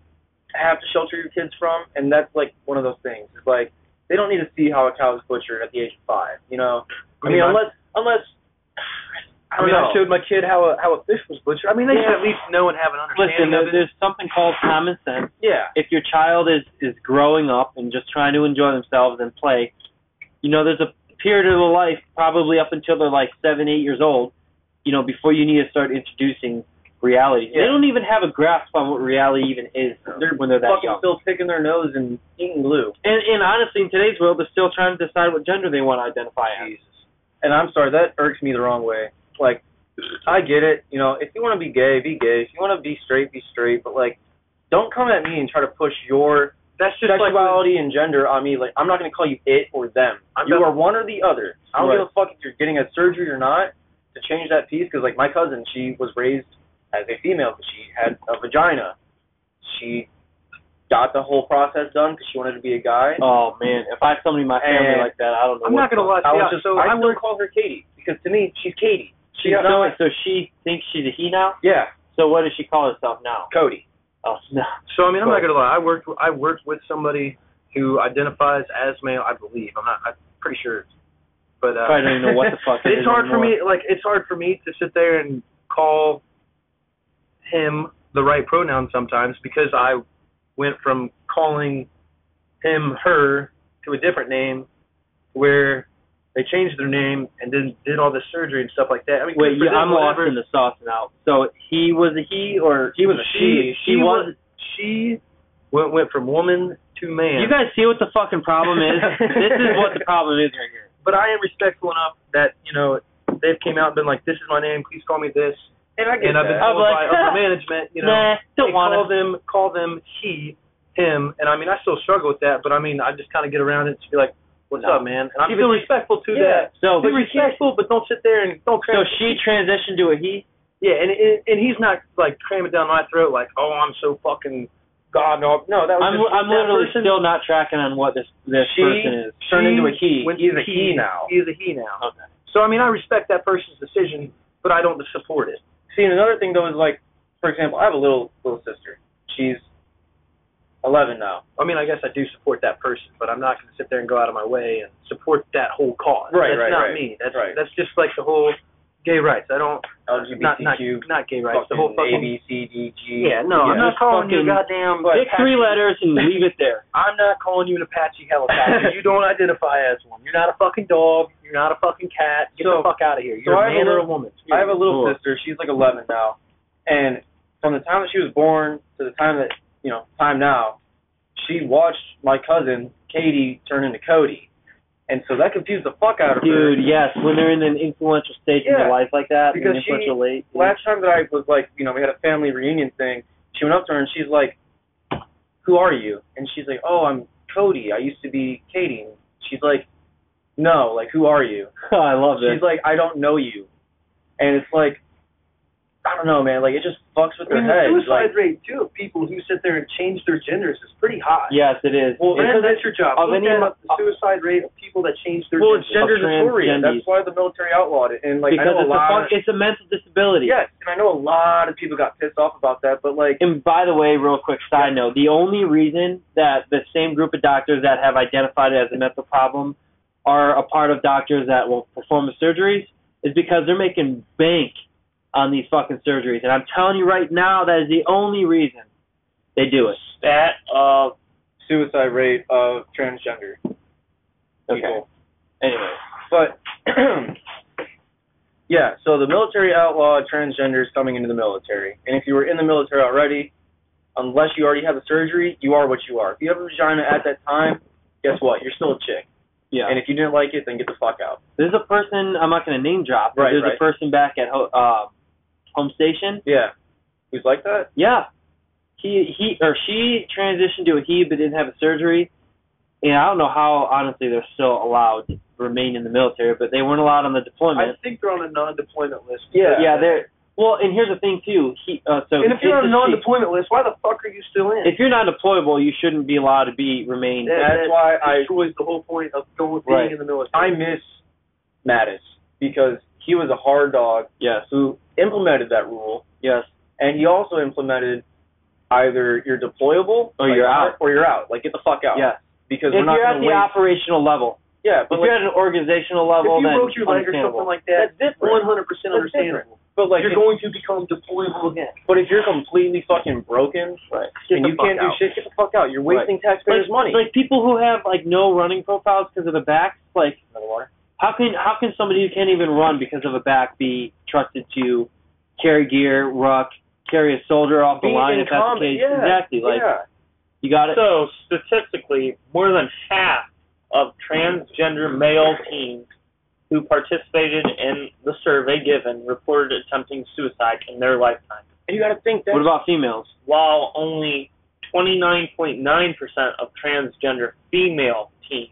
Speaker 3: have to shelter your kids from, and that's like one of those things. It's like they don't need to see how a cow is butchered at the age of five. You know, I mean,
Speaker 2: I-
Speaker 3: unless unless
Speaker 2: I
Speaker 3: I don't
Speaker 2: mean,
Speaker 3: know.
Speaker 2: I showed my kid how a, how a fish was butchered. I mean, they
Speaker 1: Yeah.
Speaker 2: should at least know and have an
Speaker 1: Listen,
Speaker 2: understanding
Speaker 1: there,
Speaker 2: of it.
Speaker 1: there's something called common sense.
Speaker 3: yeah,
Speaker 1: If your child is is growing up and just trying to enjoy themselves and play, you know, there's a period of their life, probably up until they're like seven, eight years old, you know, before you need to start introducing reality. They
Speaker 3: Yeah.
Speaker 1: don't even have a grasp on what reality even is
Speaker 3: They're
Speaker 1: when they're that
Speaker 3: fucking
Speaker 1: young.
Speaker 3: still picking their nose and eating glue.
Speaker 1: And, and honestly, in today's world, they're still trying to decide what gender they want to identify as.
Speaker 3: Jesus. And I'm sorry, that irks me the wrong way. Like, I get it. You know, if you want to be gay, be gay. If you want to be straight, be straight. But like, don't come at me and try to push your
Speaker 2: That's just like
Speaker 3: sexuality and gender on me. Like, I'm not gonna call you it or them.
Speaker 2: I'm
Speaker 3: you
Speaker 2: not-
Speaker 3: are one or the other. I don't
Speaker 1: Right.
Speaker 3: give a fuck if you're getting a surgery or not to change that piece. Because like my cousin, she was raised as a female because she had a vagina. She got the whole process done because she wanted to be a guy.
Speaker 1: Oh man, if I had somebody in my family
Speaker 3: And-
Speaker 1: like that, I don't know.
Speaker 2: I'm
Speaker 1: what
Speaker 2: not gonna lie.
Speaker 3: I was
Speaker 2: yeah,
Speaker 3: just
Speaker 2: so
Speaker 3: I
Speaker 2: I
Speaker 3: still
Speaker 2: work.
Speaker 3: call her Katie because to me she's Katie.
Speaker 1: She's
Speaker 3: She's
Speaker 1: not,
Speaker 3: not-
Speaker 1: so she thinks she's a he now.
Speaker 3: Yeah,
Speaker 1: So what does she call herself now?
Speaker 3: Cody.
Speaker 1: Oh no.
Speaker 2: So I mean, I'm
Speaker 3: Right.
Speaker 2: not gonna lie. I worked. I worked with somebody who identifies as male. I believe. I'm not. I'm pretty sure. But uh,
Speaker 1: I don't even know what the fuck it
Speaker 2: it's
Speaker 1: is
Speaker 2: hard for
Speaker 1: anymore.
Speaker 2: me. Like it's hard for me to sit there and call him the right pronoun sometimes because I went from calling him her to a different name where they changed their name and then did all this surgery and stuff like that. I mean,
Speaker 1: Wait,
Speaker 2: good for
Speaker 1: you,
Speaker 2: them,
Speaker 1: I'm lost
Speaker 2: whatever.
Speaker 1: in the sauce now. So he was a he or he
Speaker 3: was a
Speaker 1: she?
Speaker 2: she
Speaker 1: was.
Speaker 2: she went went from woman to man.
Speaker 1: You guys see what the fucking problem is? this is what the problem is right here.
Speaker 2: but I am respectful enough that you know they've came out and been like, "This is my name. Please call me this."
Speaker 3: And I get
Speaker 2: And I've been
Speaker 3: that.
Speaker 2: told
Speaker 1: I'm
Speaker 2: by
Speaker 1: like,
Speaker 2: upper management, you know,
Speaker 1: nah,
Speaker 2: hey,
Speaker 1: don't want to.
Speaker 2: call them call them he, him, and I mean I still struggle with that, but I mean I just kind of get around it and just be like, "What's
Speaker 1: No.
Speaker 2: up, man?" And I'm
Speaker 1: Keep
Speaker 2: still
Speaker 1: it-
Speaker 2: respectful to that.
Speaker 1: So,
Speaker 2: Be respectful, but don't sit there and don't
Speaker 1: so
Speaker 2: cram.
Speaker 1: she transitioned to a he.
Speaker 2: yeah, and, and and he's not like cramming down my throat like, "Oh, I'm so fucking god." No, no, that was
Speaker 1: I'm
Speaker 2: just,
Speaker 1: I'm
Speaker 2: that
Speaker 1: literally
Speaker 2: person,
Speaker 1: still not tracking on what this this
Speaker 2: She-
Speaker 1: person is.
Speaker 3: turned into a he.
Speaker 2: went
Speaker 3: He's
Speaker 2: to
Speaker 3: a he now.
Speaker 2: He's a he now.
Speaker 1: Okay.
Speaker 2: So I mean I respect that person's decision, but I don't support it.
Speaker 3: See, and another thing though is like, for example, I have a little little sister. She's eleven now.
Speaker 2: I mean, I guess I do support that person, but I'm not going to sit there and go out of my way and support that whole cause.
Speaker 3: Right,
Speaker 2: that's
Speaker 3: right,
Speaker 2: not
Speaker 3: right.
Speaker 2: me. That's
Speaker 3: Right.
Speaker 2: that's just like the whole gay rights. I don't
Speaker 3: LGBTQ.
Speaker 2: not not not gay rights. The whole
Speaker 3: A
Speaker 2: fucking
Speaker 3: B C D G.
Speaker 2: yeah. No, I'm
Speaker 1: Yeah.
Speaker 2: not calling you
Speaker 1: Fucking-
Speaker 2: goddamn.
Speaker 3: But-
Speaker 1: Pick three letters and leave it there.
Speaker 2: I'm not calling you an Apache helicopter. you don't identify as one. You're not a fucking dog. You're not a fucking cat. Get
Speaker 3: So-
Speaker 2: the fuck out of here.
Speaker 3: so
Speaker 2: You're
Speaker 3: I
Speaker 2: a
Speaker 3: have a
Speaker 2: man or a
Speaker 3: little-
Speaker 2: woman.
Speaker 3: I have a little
Speaker 1: Cool.
Speaker 3: sister. She's like 11 now, and from the time that she was born to the time that you know time now, she watched my cousin Katie turn into Cody, and so that confused the fuck out of her.
Speaker 1: Dude, yes, when they're in an influential stage in
Speaker 3: Yeah,
Speaker 1: their life like that,
Speaker 3: because
Speaker 1: an
Speaker 3: she-
Speaker 1: influential late.
Speaker 3: last time that I was like, you know, we had a family reunion thing. She went up to her and she's like, "Who are you?" And she's like, "Oh, I'm Cody. I used to be Katie." And she's like, "No, like, who are you?"
Speaker 1: Oh, I love this.
Speaker 3: She's like, "I don't know you," and it's like, I don't know, man. Like, it just fucks with
Speaker 2: I mean,
Speaker 3: their
Speaker 2: the
Speaker 3: head.
Speaker 2: suicide
Speaker 3: Like,
Speaker 2: rate too of people who sit there and change their genders is pretty high.
Speaker 1: yes, it is.
Speaker 2: Well,
Speaker 1: It's
Speaker 2: and that's your job.
Speaker 1: of
Speaker 2: Look
Speaker 1: any
Speaker 2: at
Speaker 1: mo-
Speaker 2: the suicide rate of people that change their
Speaker 3: well,
Speaker 2: gender.
Speaker 3: it's gender
Speaker 1: Of
Speaker 3: dysphoria.
Speaker 1: transgendies.
Speaker 3: That's why the military outlawed it. And like, I
Speaker 1: because
Speaker 3: know a
Speaker 1: it's a
Speaker 3: lot.
Speaker 1: fuck, it's a mental disability.
Speaker 3: yes, and I know a lot of people got pissed off about that, but like,
Speaker 1: And by the way, real quick side note, the only reason that the same group of doctors that have identified it as a mental problem are a part of doctors that will perform the surgeries is because they're making bank on these fucking surgeries. And I'm telling you right now, that is the only reason they do it.
Speaker 5: Stat of
Speaker 3: suicide rate of transgender
Speaker 1: Okay.
Speaker 3: people.
Speaker 1: Anyway,
Speaker 3: But yeah, so the military outlawed transgenders coming into the military. And if you were in the military already, unless you already had the surgery, you are what you are. If you have a vagina at that time, guess what? You're still a chick.
Speaker 1: yeah.
Speaker 3: And if you didn't like it, then get the fuck out.
Speaker 1: There's a person. I'm not going to name drop. But
Speaker 3: Right,
Speaker 1: there's
Speaker 3: right.
Speaker 1: a person back at ho- uh, home station.
Speaker 3: Yeah. Who's like that?
Speaker 1: Yeah, he he or she transitioned to a he, but didn't have a surgery. And I don't know how honestly they're still allowed to remain in the military, but they weren't allowed on the
Speaker 2: I
Speaker 1: deployment.
Speaker 2: think they're on a non-deployment list.
Speaker 1: yeah, they're well. And here's the thing too. He uh, so
Speaker 2: And if
Speaker 1: it's
Speaker 2: you're on a
Speaker 1: a she-
Speaker 2: non-deployment list, why the fuck are you still in?
Speaker 1: if you're not deployable, you shouldn't be allowed to be remain.
Speaker 2: That-
Speaker 3: That's
Speaker 2: that
Speaker 3: why I
Speaker 2: destroys the whole point of going being
Speaker 1: Right.
Speaker 2: in the military.
Speaker 3: I miss Mattis because he was a hard dog
Speaker 1: Yes,
Speaker 3: who implemented that rule
Speaker 1: yes,
Speaker 3: and he also implemented either you're deployable
Speaker 1: Or
Speaker 3: like,
Speaker 1: you're out.
Speaker 3: or you're out. Like get the fuck out.
Speaker 1: yes.
Speaker 3: Because
Speaker 1: If
Speaker 3: we're not
Speaker 1: you're at
Speaker 3: gonna
Speaker 1: the
Speaker 3: wait.
Speaker 1: operational level,
Speaker 3: yeah,
Speaker 1: if
Speaker 3: but like,
Speaker 1: you're at an organizational level,
Speaker 2: if you
Speaker 1: then
Speaker 2: broke your leg or
Speaker 1: understandable.
Speaker 2: something like that,
Speaker 3: that's
Speaker 2: one
Speaker 3: different.
Speaker 2: hundred percent
Speaker 3: That's
Speaker 2: understandable.
Speaker 3: But like,
Speaker 2: you're
Speaker 3: if-
Speaker 2: going to become deployable again.
Speaker 3: but if you're completely fucking broken
Speaker 1: Right.
Speaker 3: and
Speaker 2: the
Speaker 3: you
Speaker 2: fuck
Speaker 3: can't do
Speaker 2: out.
Speaker 3: shit, get the fuck out. You're wasting taxpayers'
Speaker 1: like,
Speaker 3: money.
Speaker 1: Like people who have like no running profiles because of the backs, like
Speaker 3: Another water.
Speaker 1: how can how can somebody who can't even run because of a back be trusted to carry gear, ruck, carry a soldier off the
Speaker 3: Be
Speaker 1: line
Speaker 3: in
Speaker 1: if that's
Speaker 3: combat,
Speaker 1: the case?
Speaker 3: yeah,
Speaker 1: exactly. Like
Speaker 3: yeah.
Speaker 1: you got it.
Speaker 5: So statistically, more than half of transgender male teens who participated in the survey given reported attempting suicide in their lifetime,
Speaker 3: And you got to think that.
Speaker 1: what about females?
Speaker 5: while only 29.9% of transgender female teens,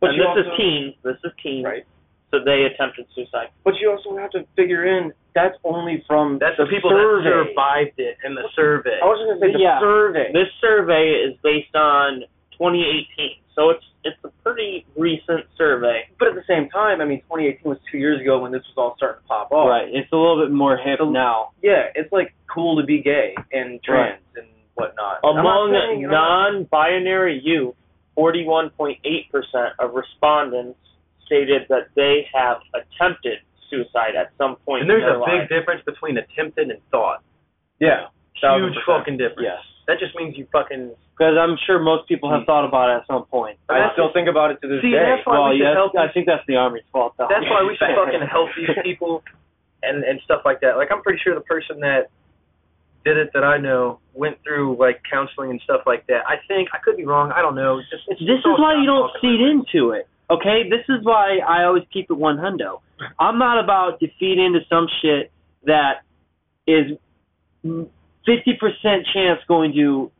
Speaker 3: But
Speaker 5: and
Speaker 3: you
Speaker 5: this
Speaker 3: also-
Speaker 5: is teens, this is teens,
Speaker 3: Right.
Speaker 5: so they attempted suicide.
Speaker 3: But you also have to figure in that's only from
Speaker 2: That's
Speaker 3: the
Speaker 2: the people that
Speaker 3: survey.
Speaker 2: survived it in the survey.
Speaker 3: I was just gonna say the
Speaker 1: Yeah.
Speaker 3: survey.
Speaker 5: This survey is based on 2018, so it's it's a pretty recent survey.
Speaker 3: But at the same time, I mean, 2018 was two years ago when this was all starting to pop off.
Speaker 1: Right. It's a little bit more hip
Speaker 3: Oh. So-
Speaker 1: now.
Speaker 3: Yeah, it's like cool to be gay and trans and whatnot. I'm not
Speaker 5: Among
Speaker 3: saying- I'm not-
Speaker 5: non-binary youth, 41.8% of respondents stated that they have attempted suicide at some point
Speaker 2: and there's
Speaker 5: in their
Speaker 2: a
Speaker 5: life.
Speaker 2: big difference between attempted and thought.
Speaker 3: yeah,
Speaker 2: Huge
Speaker 3: 1000%.
Speaker 2: fucking difference.
Speaker 3: yes.
Speaker 2: That just means you fucking.
Speaker 1: Because I'm sure most people have thought about it at some point.
Speaker 3: I
Speaker 2: That's
Speaker 3: still think about it to this
Speaker 2: See,
Speaker 3: day.
Speaker 2: that's why
Speaker 1: well,
Speaker 2: we should
Speaker 1: yes,
Speaker 2: help
Speaker 1: I think that's the army's fault. Though.
Speaker 2: That's why we should fucking help these people, and and stuff like that. Like I'm pretty sure the person that did it that I know went through like counseling and stuff like that. I think I could be wrong. I don't know. It's Just, it's
Speaker 1: This is
Speaker 2: all
Speaker 1: why
Speaker 2: about
Speaker 1: you don't
Speaker 2: fucking-
Speaker 1: feed into it. Okay, this is why I always keep it one hundo. I'm not about to feed into some shit that is fifty percent chance going to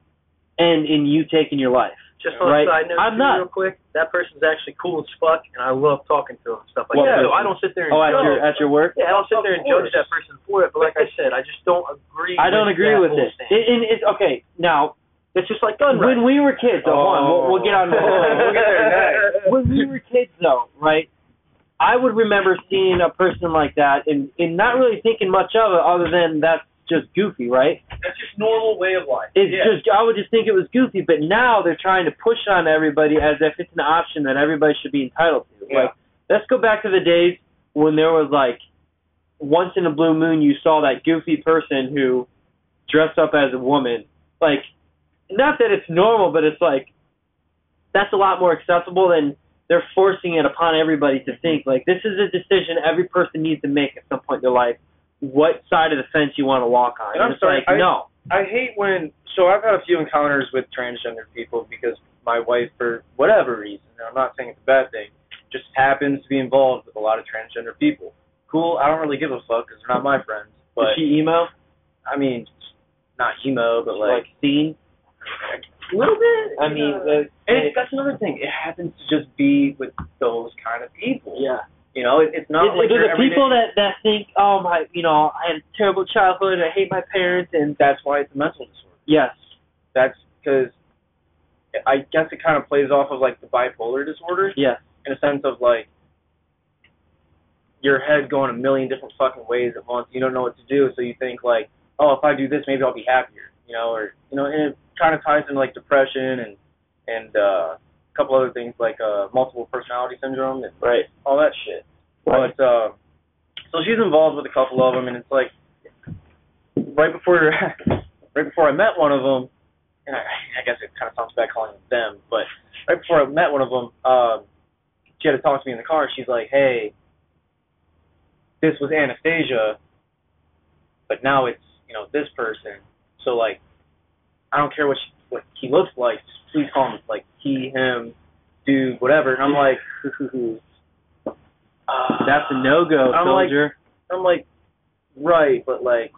Speaker 1: end in you taking your life.
Speaker 2: Just on
Speaker 1: Right.
Speaker 2: a side note,
Speaker 1: I'm
Speaker 2: too,
Speaker 1: not-
Speaker 2: real quick, that person's actually cool as fuck, and I love talking to him and stuff like
Speaker 1: What
Speaker 2: that. So
Speaker 1: person?
Speaker 2: I don't sit there and
Speaker 1: Oh, at
Speaker 2: judge.
Speaker 1: your at your work,
Speaker 2: yeah, I don't sit
Speaker 3: Of
Speaker 2: there and
Speaker 3: course.
Speaker 2: judge that person for it. But like I said, I just don't agree.
Speaker 1: I don't agree
Speaker 2: that
Speaker 1: with
Speaker 2: whole
Speaker 1: it.
Speaker 2: stance.
Speaker 1: it and it's okay now.
Speaker 2: It's just like gun rights.
Speaker 1: When we were kids, oh, hold on, we'll, we'll get on.
Speaker 3: We'll get there next.
Speaker 1: when we were kids though, right? I would remember seeing a person like that and, and not really thinking much of it other than that's just goofy, right?
Speaker 3: That's just normal way of life.
Speaker 1: It's just I would just think it was goofy, but now they're trying to push on everybody as if it's an option that everybody should be entitled to.
Speaker 3: Yeah.
Speaker 1: Like let's go back to the days when there was like once in a blue moon you saw that goofy person who dressed up as a woman. Like not that it's normal, but it's like that's a lot more accessible than they're forcing it upon everybody to think like this is a decision every person needs to make at some point in their life what side of the fence you want to walk on.
Speaker 3: And I'm
Speaker 1: it's
Speaker 3: sorry,
Speaker 1: like
Speaker 3: I-
Speaker 1: no.
Speaker 3: I hate when so I've had a few encounters with transgender people because my wife for whatever reason, and I'm not saying it's a bad thing, just happens to be involved with a lot of transgender people. Cool, I don't really give a fuck because they're not my friends. But
Speaker 1: Did she emo?
Speaker 3: I mean, not emo, but
Speaker 1: like
Speaker 3: like
Speaker 1: scene.
Speaker 3: a little bit.
Speaker 1: I
Speaker 3: you
Speaker 1: mean,
Speaker 3: know.
Speaker 1: the,
Speaker 3: and it, that's another thing. It happens to just be with those kind of people.
Speaker 1: yeah.
Speaker 3: You know, it, it's not
Speaker 1: It-
Speaker 3: like
Speaker 1: they're
Speaker 3: your
Speaker 1: the people
Speaker 3: everyday-
Speaker 1: that that think, oh my, you know, I had a terrible childhood. I hate my parents, and
Speaker 3: That's why it's a mental disorder.
Speaker 1: yes,
Speaker 3: That's because I guess it kind of plays off of like the bipolar disorder.
Speaker 1: yes,
Speaker 3: in a sense of like your head going a million different fucking ways at once. You don't know what to do, so you think like, oh, if I do this, maybe I'll be happier, you know, or you know, and it kind of ties into like depression and and uh, a couple other things like uh, multiple personality syndrome and
Speaker 1: right,
Speaker 3: all that shit.
Speaker 1: right.
Speaker 3: But uh, so she's involved with a couple of them, and it's like right before right before I met one of them, and I, I guess it kind of sounds bad calling them, but right before I met one of them, um, she had to talk to me in the car. She's like, "Hey, this was Anastasia, but now it's you know this person. So like, I don't care what she, what he looks like. Just please call him like he, him, dude, whatever." And I'm like, uh,
Speaker 1: That's a no go,
Speaker 3: I'm like-
Speaker 1: soldier.
Speaker 3: I'm like, right, but like,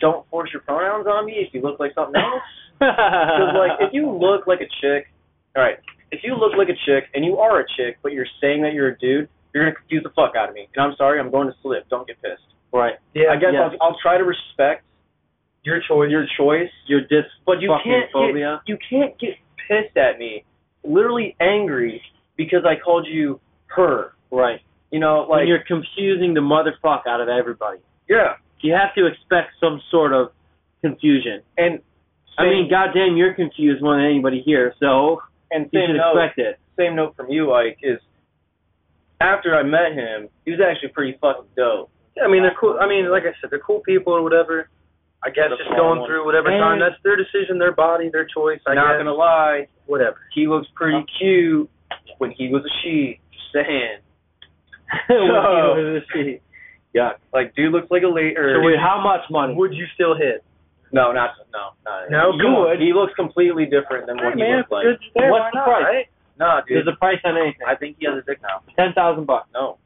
Speaker 3: don't force your pronouns on me if you look like something else. Because like, if you look like a chick, all right, if you look like a chick and you are a chick, but you're saying that you're a dude, you're gonna confuse the fuck out of me. And I'm sorry, I'm going to slip. Don't get pissed.
Speaker 1: right.
Speaker 2: Yeah,
Speaker 3: I guess
Speaker 1: yeah.
Speaker 3: I'll, I'll try to respect
Speaker 2: your choice.
Speaker 3: your choice,
Speaker 1: Your dis
Speaker 3: but you
Speaker 1: fucking
Speaker 3: can't
Speaker 1: phobia.
Speaker 3: Get, you can't get pissed at me, literally angry because I called you her.
Speaker 1: right.
Speaker 3: You know,
Speaker 1: when
Speaker 3: like
Speaker 1: you're confusing the motherfuck out of everybody.
Speaker 3: yeah,
Speaker 1: You have to expect some sort of confusion.
Speaker 3: and
Speaker 1: I
Speaker 3: same-
Speaker 1: mean, goddamn, you're confused more than anybody here, so
Speaker 3: and
Speaker 1: you
Speaker 3: same
Speaker 1: should
Speaker 3: note.
Speaker 1: expect it.
Speaker 3: same note from you, Ike, is after I met him, he was actually pretty fucking dope.
Speaker 2: Yeah, I mean they're cool. I mean, like I said, they're cool people or whatever. I guess
Speaker 3: That's
Speaker 2: just
Speaker 3: all I
Speaker 2: going
Speaker 3: want.
Speaker 2: through whatever
Speaker 3: And-
Speaker 2: time. That's their decision, their body, their choice. I
Speaker 3: Not
Speaker 2: guess.
Speaker 3: gonna lie,
Speaker 2: whatever.
Speaker 3: he looks pretty
Speaker 2: Oh.
Speaker 3: cute when he was a she. Just saying.
Speaker 1: When you
Speaker 3: So-
Speaker 1: go to the sheet.
Speaker 3: Yeah, like dude looks like a lady.
Speaker 1: So
Speaker 3: Or,
Speaker 1: wait, how much money?
Speaker 2: Would you still hit?
Speaker 3: no, not no, not
Speaker 2: No,
Speaker 3: You
Speaker 2: come on.
Speaker 3: would. He looks completely different than what he looked like.
Speaker 1: What's the price?
Speaker 3: No,
Speaker 1: There's
Speaker 3: dude.
Speaker 1: a price on anything.
Speaker 3: I think he has a dick now.
Speaker 1: Ten thousand bucks,
Speaker 3: No,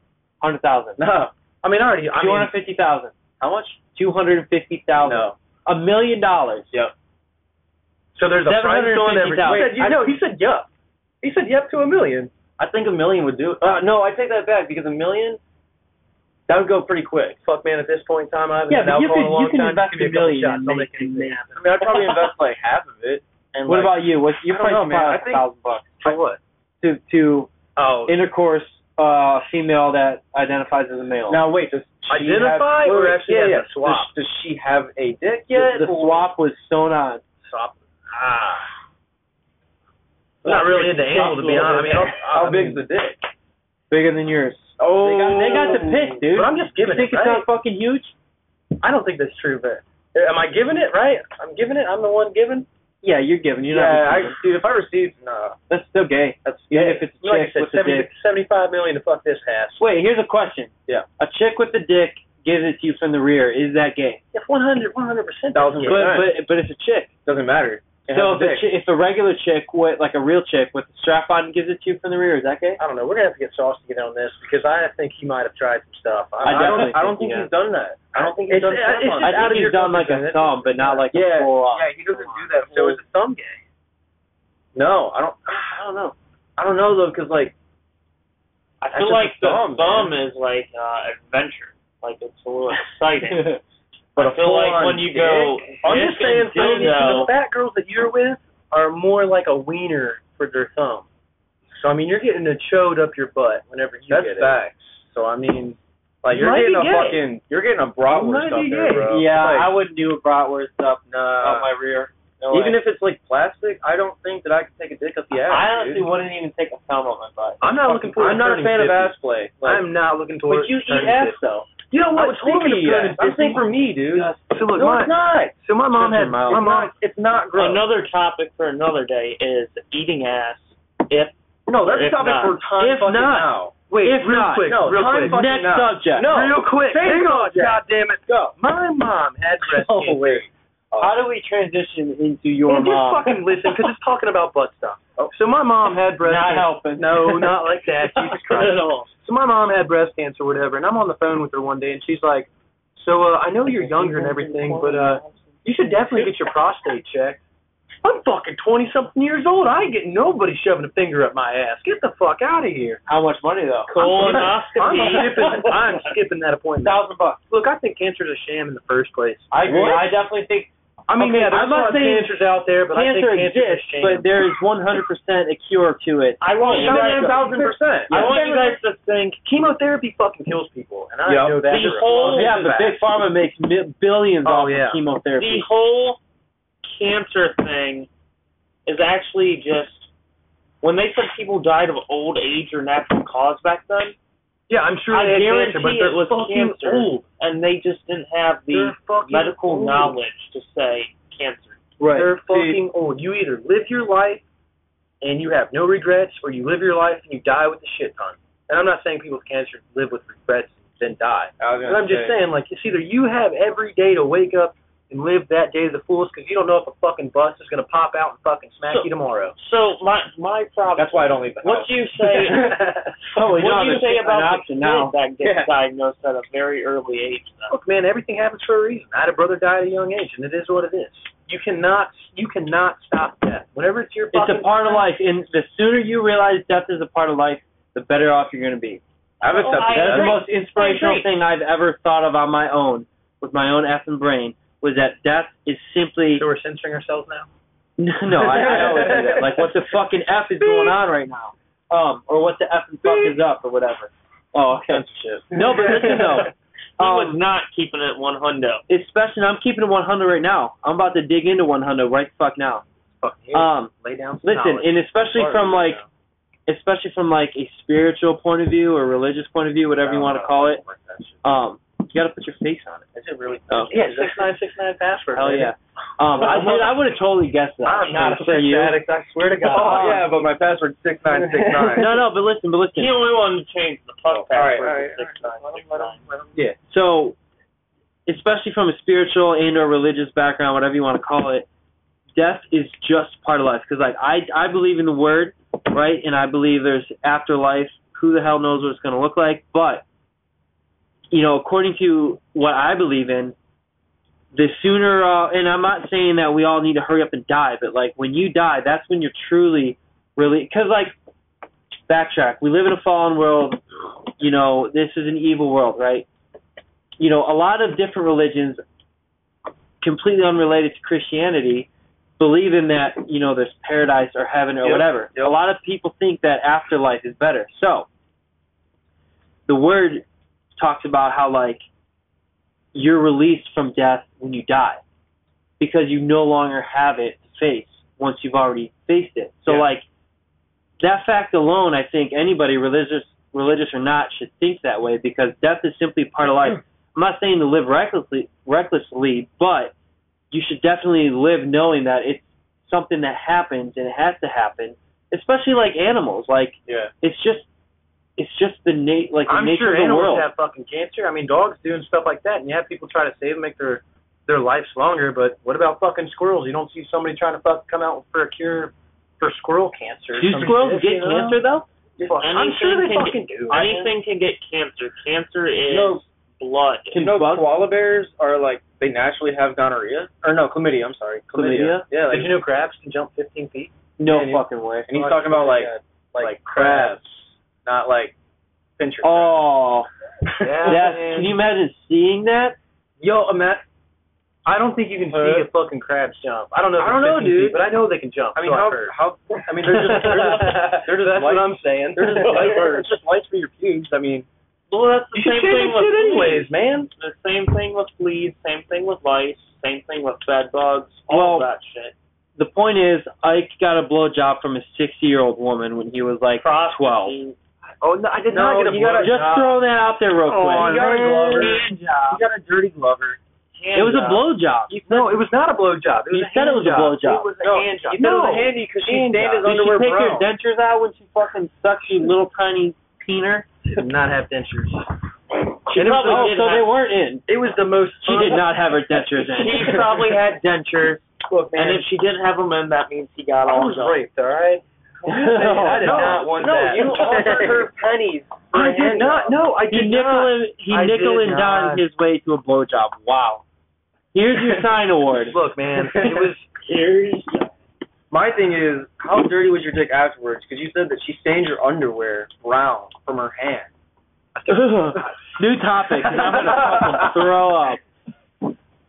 Speaker 1: hundred thousand,
Speaker 3: no.
Speaker 2: I mean, I already. I
Speaker 1: two
Speaker 2: mean,
Speaker 1: hundred fifty thousand,
Speaker 3: How much?
Speaker 1: two hundred fifty thousand,
Speaker 3: No.
Speaker 1: a million dollars.
Speaker 2: so there's a price on every.
Speaker 1: $750,000.
Speaker 2: Wait, you know, he said yup. He said yep to a million.
Speaker 3: I think a million would do. It. Uh, no, I take that back because a million, that would go pretty quick.
Speaker 2: Fuck, man. At this point in time, I haven't
Speaker 1: Yeah,
Speaker 2: had
Speaker 1: but you
Speaker 2: alcohol
Speaker 1: could
Speaker 2: in a long
Speaker 1: you can
Speaker 2: time.
Speaker 1: invest
Speaker 2: Give me
Speaker 1: a
Speaker 2: a couple
Speaker 1: million
Speaker 2: shots.
Speaker 1: and
Speaker 2: I'll
Speaker 1: make
Speaker 2: make
Speaker 1: it
Speaker 2: anything.
Speaker 1: happen.
Speaker 3: I mean, I'd probably invest like half of it. And
Speaker 1: What
Speaker 3: like,
Speaker 1: about you? What's your
Speaker 3: I don't
Speaker 1: price
Speaker 3: know, man. I
Speaker 1: about
Speaker 3: think-
Speaker 1: thousand bucks
Speaker 2: For what?
Speaker 1: to to
Speaker 2: Oh,
Speaker 1: intercourse uh female that identifies as a male.
Speaker 3: Now wait, does she
Speaker 2: Identify
Speaker 3: have,
Speaker 2: or
Speaker 3: wait,
Speaker 2: actually
Speaker 3: yeah,
Speaker 2: has a
Speaker 3: yeah.
Speaker 2: swap?
Speaker 3: Does, does she have a dick
Speaker 1: the,
Speaker 3: yet?
Speaker 1: the swap was sewn on.
Speaker 2: stop. Ah. I'm not really into animal, to be honest. I mean,
Speaker 3: how, how big's the dick?
Speaker 1: Bigger than yours.
Speaker 3: Oh,
Speaker 1: They got they got the pick, dude.
Speaker 2: But I'm just
Speaker 1: you
Speaker 2: giving
Speaker 1: think
Speaker 2: it,
Speaker 1: it's not
Speaker 2: right?
Speaker 1: fucking huge?
Speaker 2: I don't think that's true, but eh, am I giving it right? I'm giving it. I'm the one giving.
Speaker 1: Yeah, you're giving. You're
Speaker 3: yeah,
Speaker 1: not
Speaker 3: I,
Speaker 1: receiving.
Speaker 3: dude, if I received, no,
Speaker 1: that's still gay.
Speaker 3: that's
Speaker 1: Even
Speaker 3: yeah.
Speaker 1: if it's a
Speaker 2: Like I
Speaker 1: chick
Speaker 2: said,
Speaker 1: with the dick.
Speaker 2: 70, 75 million to fuck this ass.
Speaker 1: Wait, here's a question.
Speaker 3: Yeah.
Speaker 1: A chick with the dick gives it to you from the rear. Is that gay?
Speaker 2: If 100, 100 percent.
Speaker 3: Thousand
Speaker 1: but but
Speaker 3: percent.
Speaker 1: but it's a chick.
Speaker 3: doesn't matter. It
Speaker 1: so if a,
Speaker 3: has a dick.
Speaker 1: chi- if a regular chick with like a real chick with a strap on gives it to you from the rear, is that gay?
Speaker 2: I don't know. We're gonna have to get Sauce to get on this because I think he might have tried some stuff.
Speaker 3: I,
Speaker 1: I
Speaker 3: don't.
Speaker 1: definitely
Speaker 3: I don't
Speaker 1: think
Speaker 3: think
Speaker 1: he
Speaker 3: he's done that. I don't think
Speaker 2: It's-
Speaker 3: he's done
Speaker 2: it's-
Speaker 3: stuff on
Speaker 1: I
Speaker 2: it's-
Speaker 3: it.
Speaker 2: out of
Speaker 1: think
Speaker 2: your
Speaker 1: he's done like
Speaker 2: comfort
Speaker 1: a
Speaker 2: zone.
Speaker 1: thumb, but not like a
Speaker 3: Yeah.
Speaker 1: full on.
Speaker 3: Yeah, he doesn't do that.
Speaker 2: So
Speaker 3: full-
Speaker 2: it's a thumb game.
Speaker 3: No, I don't. I don't know. I don't know though, because like
Speaker 5: I
Speaker 3: That's
Speaker 5: feel
Speaker 3: just
Speaker 5: like
Speaker 3: a
Speaker 5: the
Speaker 3: thumb,
Speaker 5: thumb is like uh, adventure. Like it's a little exciting.
Speaker 3: But a
Speaker 5: I feel like
Speaker 3: full-on
Speaker 5: when you go,
Speaker 2: I'm
Speaker 5: dick
Speaker 2: just saying,
Speaker 5: and
Speaker 2: some of
Speaker 5: dildo,
Speaker 2: the fat girls that you're with are more like a wiener for their thumb. So I mean, you're getting a chode up your butt whenever you
Speaker 3: that's
Speaker 2: get it.
Speaker 3: facts. So I mean, like you're
Speaker 2: Might be
Speaker 3: getting a
Speaker 2: gay.
Speaker 3: fucking, you're getting
Speaker 2: Might
Speaker 3: a bratwurst
Speaker 2: be
Speaker 3: up there,
Speaker 2: gay.
Speaker 3: bro.
Speaker 1: yeah,
Speaker 3: Like, uh,
Speaker 1: I wouldn't do a bratwurst up on my rear. No
Speaker 3: even
Speaker 1: way.
Speaker 3: if it's like plastic, I don't think that I could take a dick up the ass.
Speaker 1: I honestly
Speaker 3: dude.
Speaker 1: wouldn't even take a thumb on my butt.
Speaker 2: I'm not looking forward.
Speaker 3: I'm
Speaker 2: to
Speaker 3: not a
Speaker 2: turning
Speaker 3: fan of
Speaker 2: 50.
Speaker 3: ass play. Like,
Speaker 2: I'm not looking forward.
Speaker 3: but
Speaker 2: to
Speaker 3: you eat
Speaker 2: turning 50.
Speaker 3: ass though.
Speaker 2: You know
Speaker 3: I
Speaker 2: what?
Speaker 3: would
Speaker 2: Speaking
Speaker 3: totally eat
Speaker 2: of
Speaker 3: ass.
Speaker 2: turning
Speaker 3: I'm
Speaker 2: 50,
Speaker 3: saying for me, dude.
Speaker 2: so look,
Speaker 3: no,
Speaker 2: my,
Speaker 3: it's not.
Speaker 2: so my mom
Speaker 3: Shut
Speaker 2: had
Speaker 3: your mouth.
Speaker 2: my mom.
Speaker 3: It's not gross.
Speaker 5: another topic for another day is eating ass. If
Speaker 3: no, that's a
Speaker 5: If
Speaker 3: topic
Speaker 5: not.
Speaker 3: for time
Speaker 1: If
Speaker 3: fucking
Speaker 1: not.
Speaker 3: now.
Speaker 2: Wait,
Speaker 1: If
Speaker 2: real
Speaker 1: not,
Speaker 2: quick,
Speaker 3: no,
Speaker 2: real
Speaker 3: time
Speaker 2: quick.
Speaker 3: fucking
Speaker 1: Next
Speaker 3: not.
Speaker 1: subject.
Speaker 3: No.
Speaker 2: Real quick,
Speaker 3: Same
Speaker 2: hang on,
Speaker 3: subject.
Speaker 2: God damn it.
Speaker 3: Go.
Speaker 2: My mom had breast
Speaker 3: Oh,
Speaker 2: cancer.
Speaker 3: wait.
Speaker 1: How do we transition into your
Speaker 2: Man, just
Speaker 1: mom?
Speaker 2: fucking listen, because it's talking about butt stuff. So my mom had breast
Speaker 1: not
Speaker 2: cancer.
Speaker 1: helping.
Speaker 2: No, not like that. Jesus
Speaker 1: at
Speaker 2: Christ.
Speaker 1: all.
Speaker 2: So my mom had breast cancer, or whatever, and I'm on the phone with her one day, and she's like, "So uh, I know you're younger and everything, but uh, you should definitely get your prostate checked." I'm fucking twenty something years old. I ain't getting nobody shoving a finger up my ass. Get the fuck out of here.
Speaker 1: How much money though?
Speaker 2: I'm
Speaker 5: colonoscopy,
Speaker 2: skipping. I'm skipping that appointment.
Speaker 1: Thousand bucks.
Speaker 2: Look, I think cancer's a sham in the first place.
Speaker 1: I agree.
Speaker 3: What?
Speaker 1: I definitely think
Speaker 2: I mean,
Speaker 1: Okay,
Speaker 2: yeah, there's
Speaker 1: I'm not
Speaker 2: a lot of
Speaker 1: saying
Speaker 2: cancers out there, but
Speaker 1: cancer
Speaker 2: I think cancer's
Speaker 1: exists,
Speaker 2: a sham.
Speaker 1: but there is 100 percent a cure to it.
Speaker 5: I want you guys.
Speaker 3: thousand percent.
Speaker 5: I want you guys to think
Speaker 2: chemotherapy fucking kills people, and I
Speaker 3: Yep.
Speaker 2: know that.
Speaker 5: the
Speaker 2: for a
Speaker 5: whole
Speaker 2: fact.
Speaker 1: Oh, yeah, but big pharma makes mi- billions off
Speaker 2: Oh, yeah.
Speaker 1: of chemotherapy.
Speaker 5: the whole cancer thing is actually just when they said people died of old age or natural cause back then,
Speaker 2: yeah, I'm sure
Speaker 5: I
Speaker 2: they had
Speaker 5: guarantee
Speaker 2: cancer, but they're
Speaker 5: it was
Speaker 2: fucking
Speaker 5: cancer.
Speaker 2: old.
Speaker 5: and they just didn't have the
Speaker 2: They're fucking
Speaker 5: medical
Speaker 2: old.
Speaker 5: knowledge to say cancer.
Speaker 3: Right.
Speaker 2: They're
Speaker 3: See,
Speaker 2: fucking old. You either live your life and you have no regrets, or you live your life and you die with a shit ton. And I'm not saying people with cancer live with regrets and then die.
Speaker 3: I was
Speaker 2: But
Speaker 3: gonna
Speaker 2: I'm just
Speaker 3: say,
Speaker 2: saying, like, it's either you have every day to wake up and live that day to the fullest because you don't know if a fucking bus is going to pop out and fucking smack
Speaker 5: So-
Speaker 2: you tomorrow.
Speaker 5: So my my problem.
Speaker 3: That's why I Oh, don't leave the house.
Speaker 5: What do you say?
Speaker 1: Holy
Speaker 5: what
Speaker 1: Oh, no,
Speaker 5: do you
Speaker 1: there's
Speaker 5: say
Speaker 1: an
Speaker 5: about the
Speaker 1: option now.
Speaker 5: kid that gets
Speaker 3: Yeah.
Speaker 5: diagnosed at a very early age? Though?
Speaker 2: Look, man, everything happens for a reason. I had a brother die at a young age, and it is what it is. You cannot, you cannot stop death. Whenever it's your
Speaker 1: It's
Speaker 2: fucking
Speaker 1: a part of life, and the sooner you realize death is a part of life, the better off you're going to be.
Speaker 3: I've
Speaker 5: Oh,
Speaker 3: accepted
Speaker 5: I
Speaker 1: That's the
Speaker 5: agree.
Speaker 1: most inspirational
Speaker 5: agree.
Speaker 1: thing I've ever thought of on my own, with my own effing brain, was that death is simply
Speaker 2: So we're censoring ourselves now.
Speaker 1: no. I, I always say that. Like, what the fucking f is going on right now? Um, or what the effing fuck is up, or whatever. Oh, okay.
Speaker 2: Censorship.
Speaker 1: No, but listen
Speaker 5: He
Speaker 1: though.
Speaker 5: was
Speaker 1: Um,
Speaker 5: not keeping it one hundo.
Speaker 1: especially, I'm keeping it 100 right now. I'm about to dig into 100 right the fuck now.
Speaker 2: Fucking hate it.
Speaker 1: Um,
Speaker 2: lay down. Some
Speaker 1: listen,
Speaker 2: knowledge.
Speaker 1: and especially
Speaker 2: Sorry,
Speaker 1: from like
Speaker 2: you know.
Speaker 1: especially from like a spiritual point of view or religious point of view, whatever you want to call it. Um, you got to put your face on it.
Speaker 2: Is it really?
Speaker 1: Oh.
Speaker 2: Yeah, six nine six nine password.
Speaker 1: Hell
Speaker 2: baby.
Speaker 1: yeah. Um, I, dude, I would have totally guessed that.
Speaker 2: I'm not a
Speaker 1: For
Speaker 2: sex
Speaker 1: you.
Speaker 2: addict. I swear to God.
Speaker 3: Oh, yeah, but my password's six nine six nine.
Speaker 1: No, no, but listen, but
Speaker 5: He
Speaker 1: listen.
Speaker 5: only wanted to change the
Speaker 3: Oh,
Speaker 5: puck
Speaker 3: all right, all
Speaker 5: password
Speaker 3: right,
Speaker 5: to six nine six nine.
Speaker 3: Yeah.
Speaker 1: So, especially from a spiritual and or religious background, whatever you want to call it, death is just part of life. Because like I, I believe in the word, right? And I believe there's afterlife. Who the hell knows what it's going to look like? But you know, according to what I believe in, the sooner. Uh, and I'm not saying that we all need to hurry up and die, but like when you die, that's when you're truly, really. Because like, backtrack. We live in a fallen world. You know, this is an evil world, right? You know, a lot of different religions, completely unrelated to Christianity, believe in that. You know, there's paradise or heaven or
Speaker 3: Yep,
Speaker 1: whatever.
Speaker 3: yep.
Speaker 1: A lot of people think that afterlife is better. So, the word talks about how like you're released from death when you die because you no longer have it to face once you've already faced it. So
Speaker 3: Yeah.
Speaker 1: like that fact alone, I think anybody religious religious or not should think that way because death is simply part of life. I'm not saying to live recklessly recklessly, but you should definitely live knowing that it's something that happens and it has to happen, especially like animals. Like
Speaker 3: Yeah.
Speaker 1: it's just it's just the na- like the
Speaker 2: I'm
Speaker 1: nature
Speaker 2: sure
Speaker 1: of the
Speaker 2: animals
Speaker 1: world.
Speaker 2: have fucking cancer. I mean, dogs do and stuff like that. And you have people try to save them, make their their lives longer. But what about fucking squirrels? You don't see somebody trying to fuck come out for a cure for squirrel cancer. or
Speaker 1: Do
Speaker 2: some
Speaker 1: squirrels
Speaker 2: shit,
Speaker 1: get
Speaker 2: you know?
Speaker 1: cancer though?
Speaker 2: Fuck, I'm sure they
Speaker 5: Anything
Speaker 2: fucking do. I guess.
Speaker 5: Anything can get cancer. Cancer is
Speaker 3: No.
Speaker 5: blood.
Speaker 3: You know, koala bears are like they naturally have gonorrhea or no chlamydia. I'm sorry, chlamydia.
Speaker 1: Chlamydia?
Speaker 3: Yeah, like,
Speaker 2: Did you know crabs can jump 15 feet?
Speaker 1: No
Speaker 3: Yeah, you-
Speaker 1: fucking way.
Speaker 3: and he's talking about like like, crabs, not like pincher.
Speaker 1: Oh,
Speaker 2: Yeah,
Speaker 1: that's,
Speaker 2: man.
Speaker 1: can you imagine seeing that?
Speaker 2: Yo, Matt. I don't think you can see
Speaker 3: Huh?
Speaker 2: a fucking crabs jump. I don't know. If
Speaker 3: I don't
Speaker 2: they're
Speaker 3: know,
Speaker 2: 15 feet,
Speaker 3: dude.
Speaker 2: but I know they can jump.
Speaker 3: I mean,
Speaker 2: so
Speaker 3: how
Speaker 2: I've heard.
Speaker 3: how I mean they're just they're just, they're just
Speaker 2: That's
Speaker 3: light,
Speaker 2: what I'm saying.
Speaker 3: they're just light birds, just lights for your pubes. I mean,
Speaker 5: Well, that's the
Speaker 2: You should
Speaker 5: same
Speaker 2: shave
Speaker 5: thing
Speaker 2: that
Speaker 5: with
Speaker 2: shit
Speaker 5: fleas.
Speaker 2: anyways, man.
Speaker 5: The same thing with fleas. Same thing with lice. Same thing with bed bugs. All
Speaker 1: Well,
Speaker 5: that shit.
Speaker 1: The point is, Ike got a blowjob from a 60 year old woman when he was like 12.
Speaker 5: Prostitutes.
Speaker 2: Oh no, I did
Speaker 3: No,
Speaker 2: not get a
Speaker 3: you gotta-
Speaker 2: blow
Speaker 1: Just
Speaker 2: job.
Speaker 1: throw that out there
Speaker 2: Oh,
Speaker 1: real
Speaker 3: Aw,
Speaker 1: quick.
Speaker 3: you got a Glover.
Speaker 2: job.
Speaker 3: got a dirty Glover.
Speaker 1: It was a blowjob.
Speaker 2: No, it was not a blow job. It was
Speaker 1: You
Speaker 2: a
Speaker 1: said
Speaker 2: hand
Speaker 1: it was a
Speaker 2: job.
Speaker 1: blow job.
Speaker 2: It was a
Speaker 3: No,
Speaker 2: hand job.
Speaker 3: You know it was handy because she
Speaker 2: Hand
Speaker 3: stained
Speaker 2: job.
Speaker 3: his
Speaker 1: Did she
Speaker 3: underwear
Speaker 1: take your
Speaker 3: brown.
Speaker 1: dentures out when she fucking sucks you little tiny peener?
Speaker 2: did not have dentures.
Speaker 1: She
Speaker 2: And
Speaker 1: probably
Speaker 2: it was all-
Speaker 1: did. So
Speaker 5: have-
Speaker 1: they weren't in.
Speaker 2: It was the most.
Speaker 1: She did not have her dentures in.
Speaker 5: He probably had dentures,
Speaker 2: Look, man.
Speaker 5: and if she didn't have them in, that means he got
Speaker 2: I
Speaker 5: all
Speaker 2: was
Speaker 5: done.
Speaker 2: raped, all right. I did not want
Speaker 4: no,
Speaker 2: that.
Speaker 4: you offered her pennies. For a
Speaker 2: I did
Speaker 4: hand
Speaker 2: not.
Speaker 4: job.
Speaker 2: No, I
Speaker 1: He
Speaker 2: did
Speaker 1: nickel
Speaker 2: not.
Speaker 1: and he
Speaker 2: I
Speaker 1: nickel
Speaker 2: did
Speaker 1: and
Speaker 2: not.
Speaker 1: dime his way to a blowjob. Wow. Here's your sign award.
Speaker 2: Look, man. It was.
Speaker 3: My thing is, how dirty was your dick afterwards? Because you said that she stained your underwear brown from her hand.
Speaker 1: New topic. 'cause I'm gonna fucking throw up.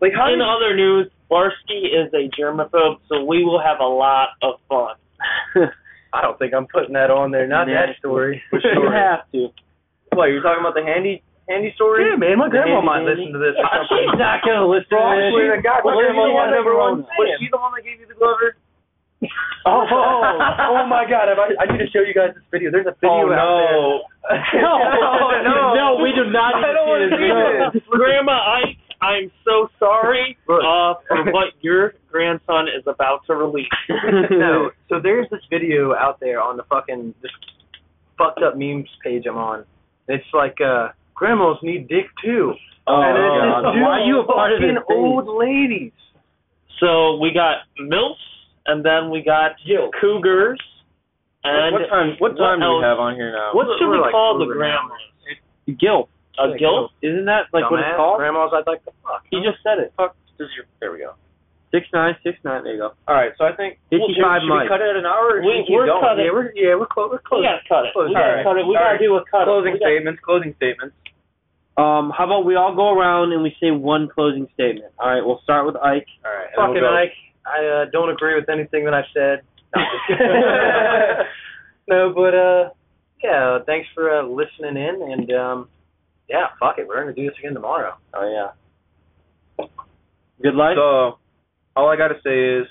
Speaker 3: Like how?
Speaker 5: In other news, Barsky is a germaphobe, so we will have a lot of fun.
Speaker 2: I don't think I'm putting that on there. Not that
Speaker 1: Nasty.
Speaker 2: story.
Speaker 3: Which
Speaker 1: You
Speaker 3: story?
Speaker 1: have to.
Speaker 3: What you're talking about the handy handy story?
Speaker 2: Yeah, man. My grandma might
Speaker 1: handy
Speaker 2: listen to this or something.
Speaker 1: She's not gonna listen
Speaker 3: Bro,
Speaker 1: to
Speaker 3: I
Speaker 1: this.
Speaker 3: swear to God, my
Speaker 1: Well,
Speaker 3: grandma
Speaker 1: you
Speaker 3: was
Speaker 1: have
Speaker 3: number
Speaker 1: to
Speaker 3: one.
Speaker 1: run.
Speaker 3: Was she the one that gave you the Glover?
Speaker 1: Oh,
Speaker 3: oh my God! Have I, I need to show you guys this video. There's a video
Speaker 1: Oh,
Speaker 3: out
Speaker 1: no.
Speaker 3: there. no,
Speaker 2: Oh,
Speaker 1: no, we do not need
Speaker 3: I don't
Speaker 1: to
Speaker 3: want to
Speaker 1: see this.
Speaker 3: see
Speaker 1: video.
Speaker 3: this.
Speaker 5: Grandma, I I'm so sorry uh, for what your grandson is about to release.
Speaker 2: no, so there's this video out there on the fucking this fucked up memes page I'm on. It's like uh grandmas need dick too.
Speaker 1: Oh,
Speaker 2: and it's
Speaker 1: God.
Speaker 2: just two
Speaker 1: why are you a part of this?
Speaker 2: fucking
Speaker 1: thing?
Speaker 2: old ladies.
Speaker 5: So we got MILFs, and then we got Cougars. And
Speaker 3: what time? What
Speaker 5: what
Speaker 3: time do we
Speaker 5: else?
Speaker 3: have on here now?
Speaker 5: what should
Speaker 2: We're
Speaker 5: we
Speaker 2: like
Speaker 5: call the
Speaker 2: over an
Speaker 5: grandmas?
Speaker 1: Guilt.
Speaker 5: A
Speaker 2: Yeah,
Speaker 5: guilt?
Speaker 1: Isn't that like what
Speaker 2: Dumbass
Speaker 1: it's called?
Speaker 2: Grandmas I'd like to fuck.
Speaker 1: He just said it.
Speaker 3: Fuck does your? There we go.
Speaker 1: Six nine, six nine. There you go.
Speaker 3: All right, so I think
Speaker 1: Fifty-five
Speaker 3: should we
Speaker 1: mics.
Speaker 3: cut it at an hour? Or should
Speaker 5: We-
Speaker 3: we keep
Speaker 5: we're
Speaker 3: going?
Speaker 5: cutting.
Speaker 2: Yeah, we're yeah, we're close we're
Speaker 5: We
Speaker 2: close.
Speaker 5: gotta cut it. We
Speaker 2: Close.
Speaker 5: gotta
Speaker 3: Alright.
Speaker 5: cut it. We
Speaker 3: Alright.
Speaker 5: gotta do a cut.
Speaker 3: Closing
Speaker 5: We gotta-
Speaker 3: statements. Closing statements.
Speaker 1: Um, how about we all go around and we say one closing statement? All right, we'll start with Ike.
Speaker 3: All right. and
Speaker 2: Fucking
Speaker 3: then we'll go.
Speaker 2: Ike, I uh, don't agree with anything that I've said. No, I'm just kidding. no, but uh, yeah, thanks for uh, listening in, and um, yeah, fuck it, we're gonna do this again tomorrow.
Speaker 1: Oh yeah. Good life.
Speaker 3: So, all I gotta say is,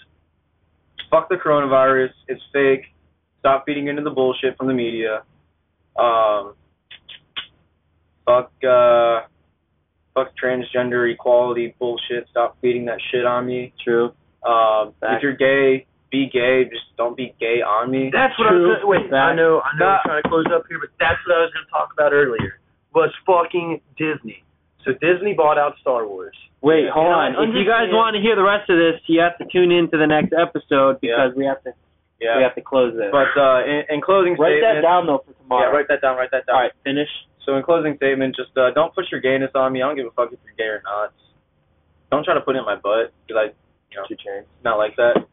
Speaker 3: fuck the coronavirus. It's fake. Stop feeding into the bullshit from the media. Um, fuck, uh, fuck transgender equality bullshit. Stop feeding that shit on me.
Speaker 1: True.
Speaker 3: Um, if
Speaker 1: Facts.
Speaker 3: you're gay, be gay. Just don't be gay on me.
Speaker 2: That's what
Speaker 1: True.
Speaker 2: I was. Wait, I
Speaker 1: That-
Speaker 2: know, I know,
Speaker 3: that-
Speaker 2: we're trying to close up here, but that's what I was gonna talk about earlier. Was fucking Disney. So Disney bought out Star Wars.
Speaker 1: Wait, hold
Speaker 2: And I
Speaker 1: on. If you guys
Speaker 2: understand-
Speaker 1: want to hear the rest of this, you have to tune in to the next episode because we have to we
Speaker 3: Yeah.
Speaker 1: have to close this.
Speaker 3: But uh, in, in closing
Speaker 1: write that
Speaker 3: statement,
Speaker 1: down though for
Speaker 3: yeah,
Speaker 1: tomorrow.
Speaker 3: write that down. Write that down.
Speaker 1: all right, finish.
Speaker 3: So in closing statement, just uh, don't push your gayness on me. I don't give a fuck if you're gay or not. Don't try to put it in my butt because I, you know, it's not like that.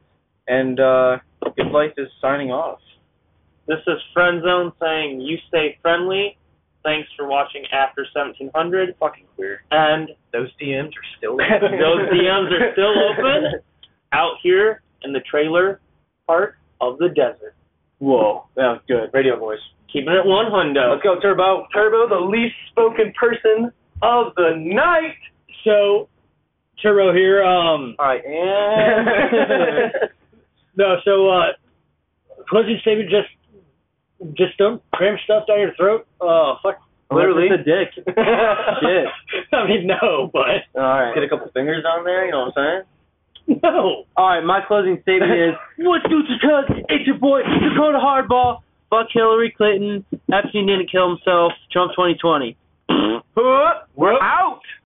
Speaker 3: And uh, good life is signing off.
Speaker 5: This is Friend Zone saying you stay friendly. Thanks for watching after 1700. Fucking queer. And
Speaker 2: Those DMs are still.
Speaker 5: those DMs are still open out here in the trailer part of the desert.
Speaker 1: Whoa, that was good.
Speaker 3: Radio voice.
Speaker 5: Keeping it one hundo.
Speaker 3: Let's go, Turbo.
Speaker 2: Turbo, the least spoken person of the night.
Speaker 4: So, Turbo here. Um,
Speaker 2: All right, and
Speaker 4: no, so uh, closing statement just just don't cram stuff down your throat. Uh, fuck.
Speaker 1: Literally, the dick. Shit.
Speaker 4: I mean, no, but
Speaker 1: All right.
Speaker 3: Get a couple fingers on there. You know what I'm saying?
Speaker 4: no.
Speaker 1: All right, my closing statement is: What's good, your cuz? It's your boy Dakota Hardball. Fuck Hillary Clinton. Epstein didn't kill himself. Trump 2020.
Speaker 2: we're out.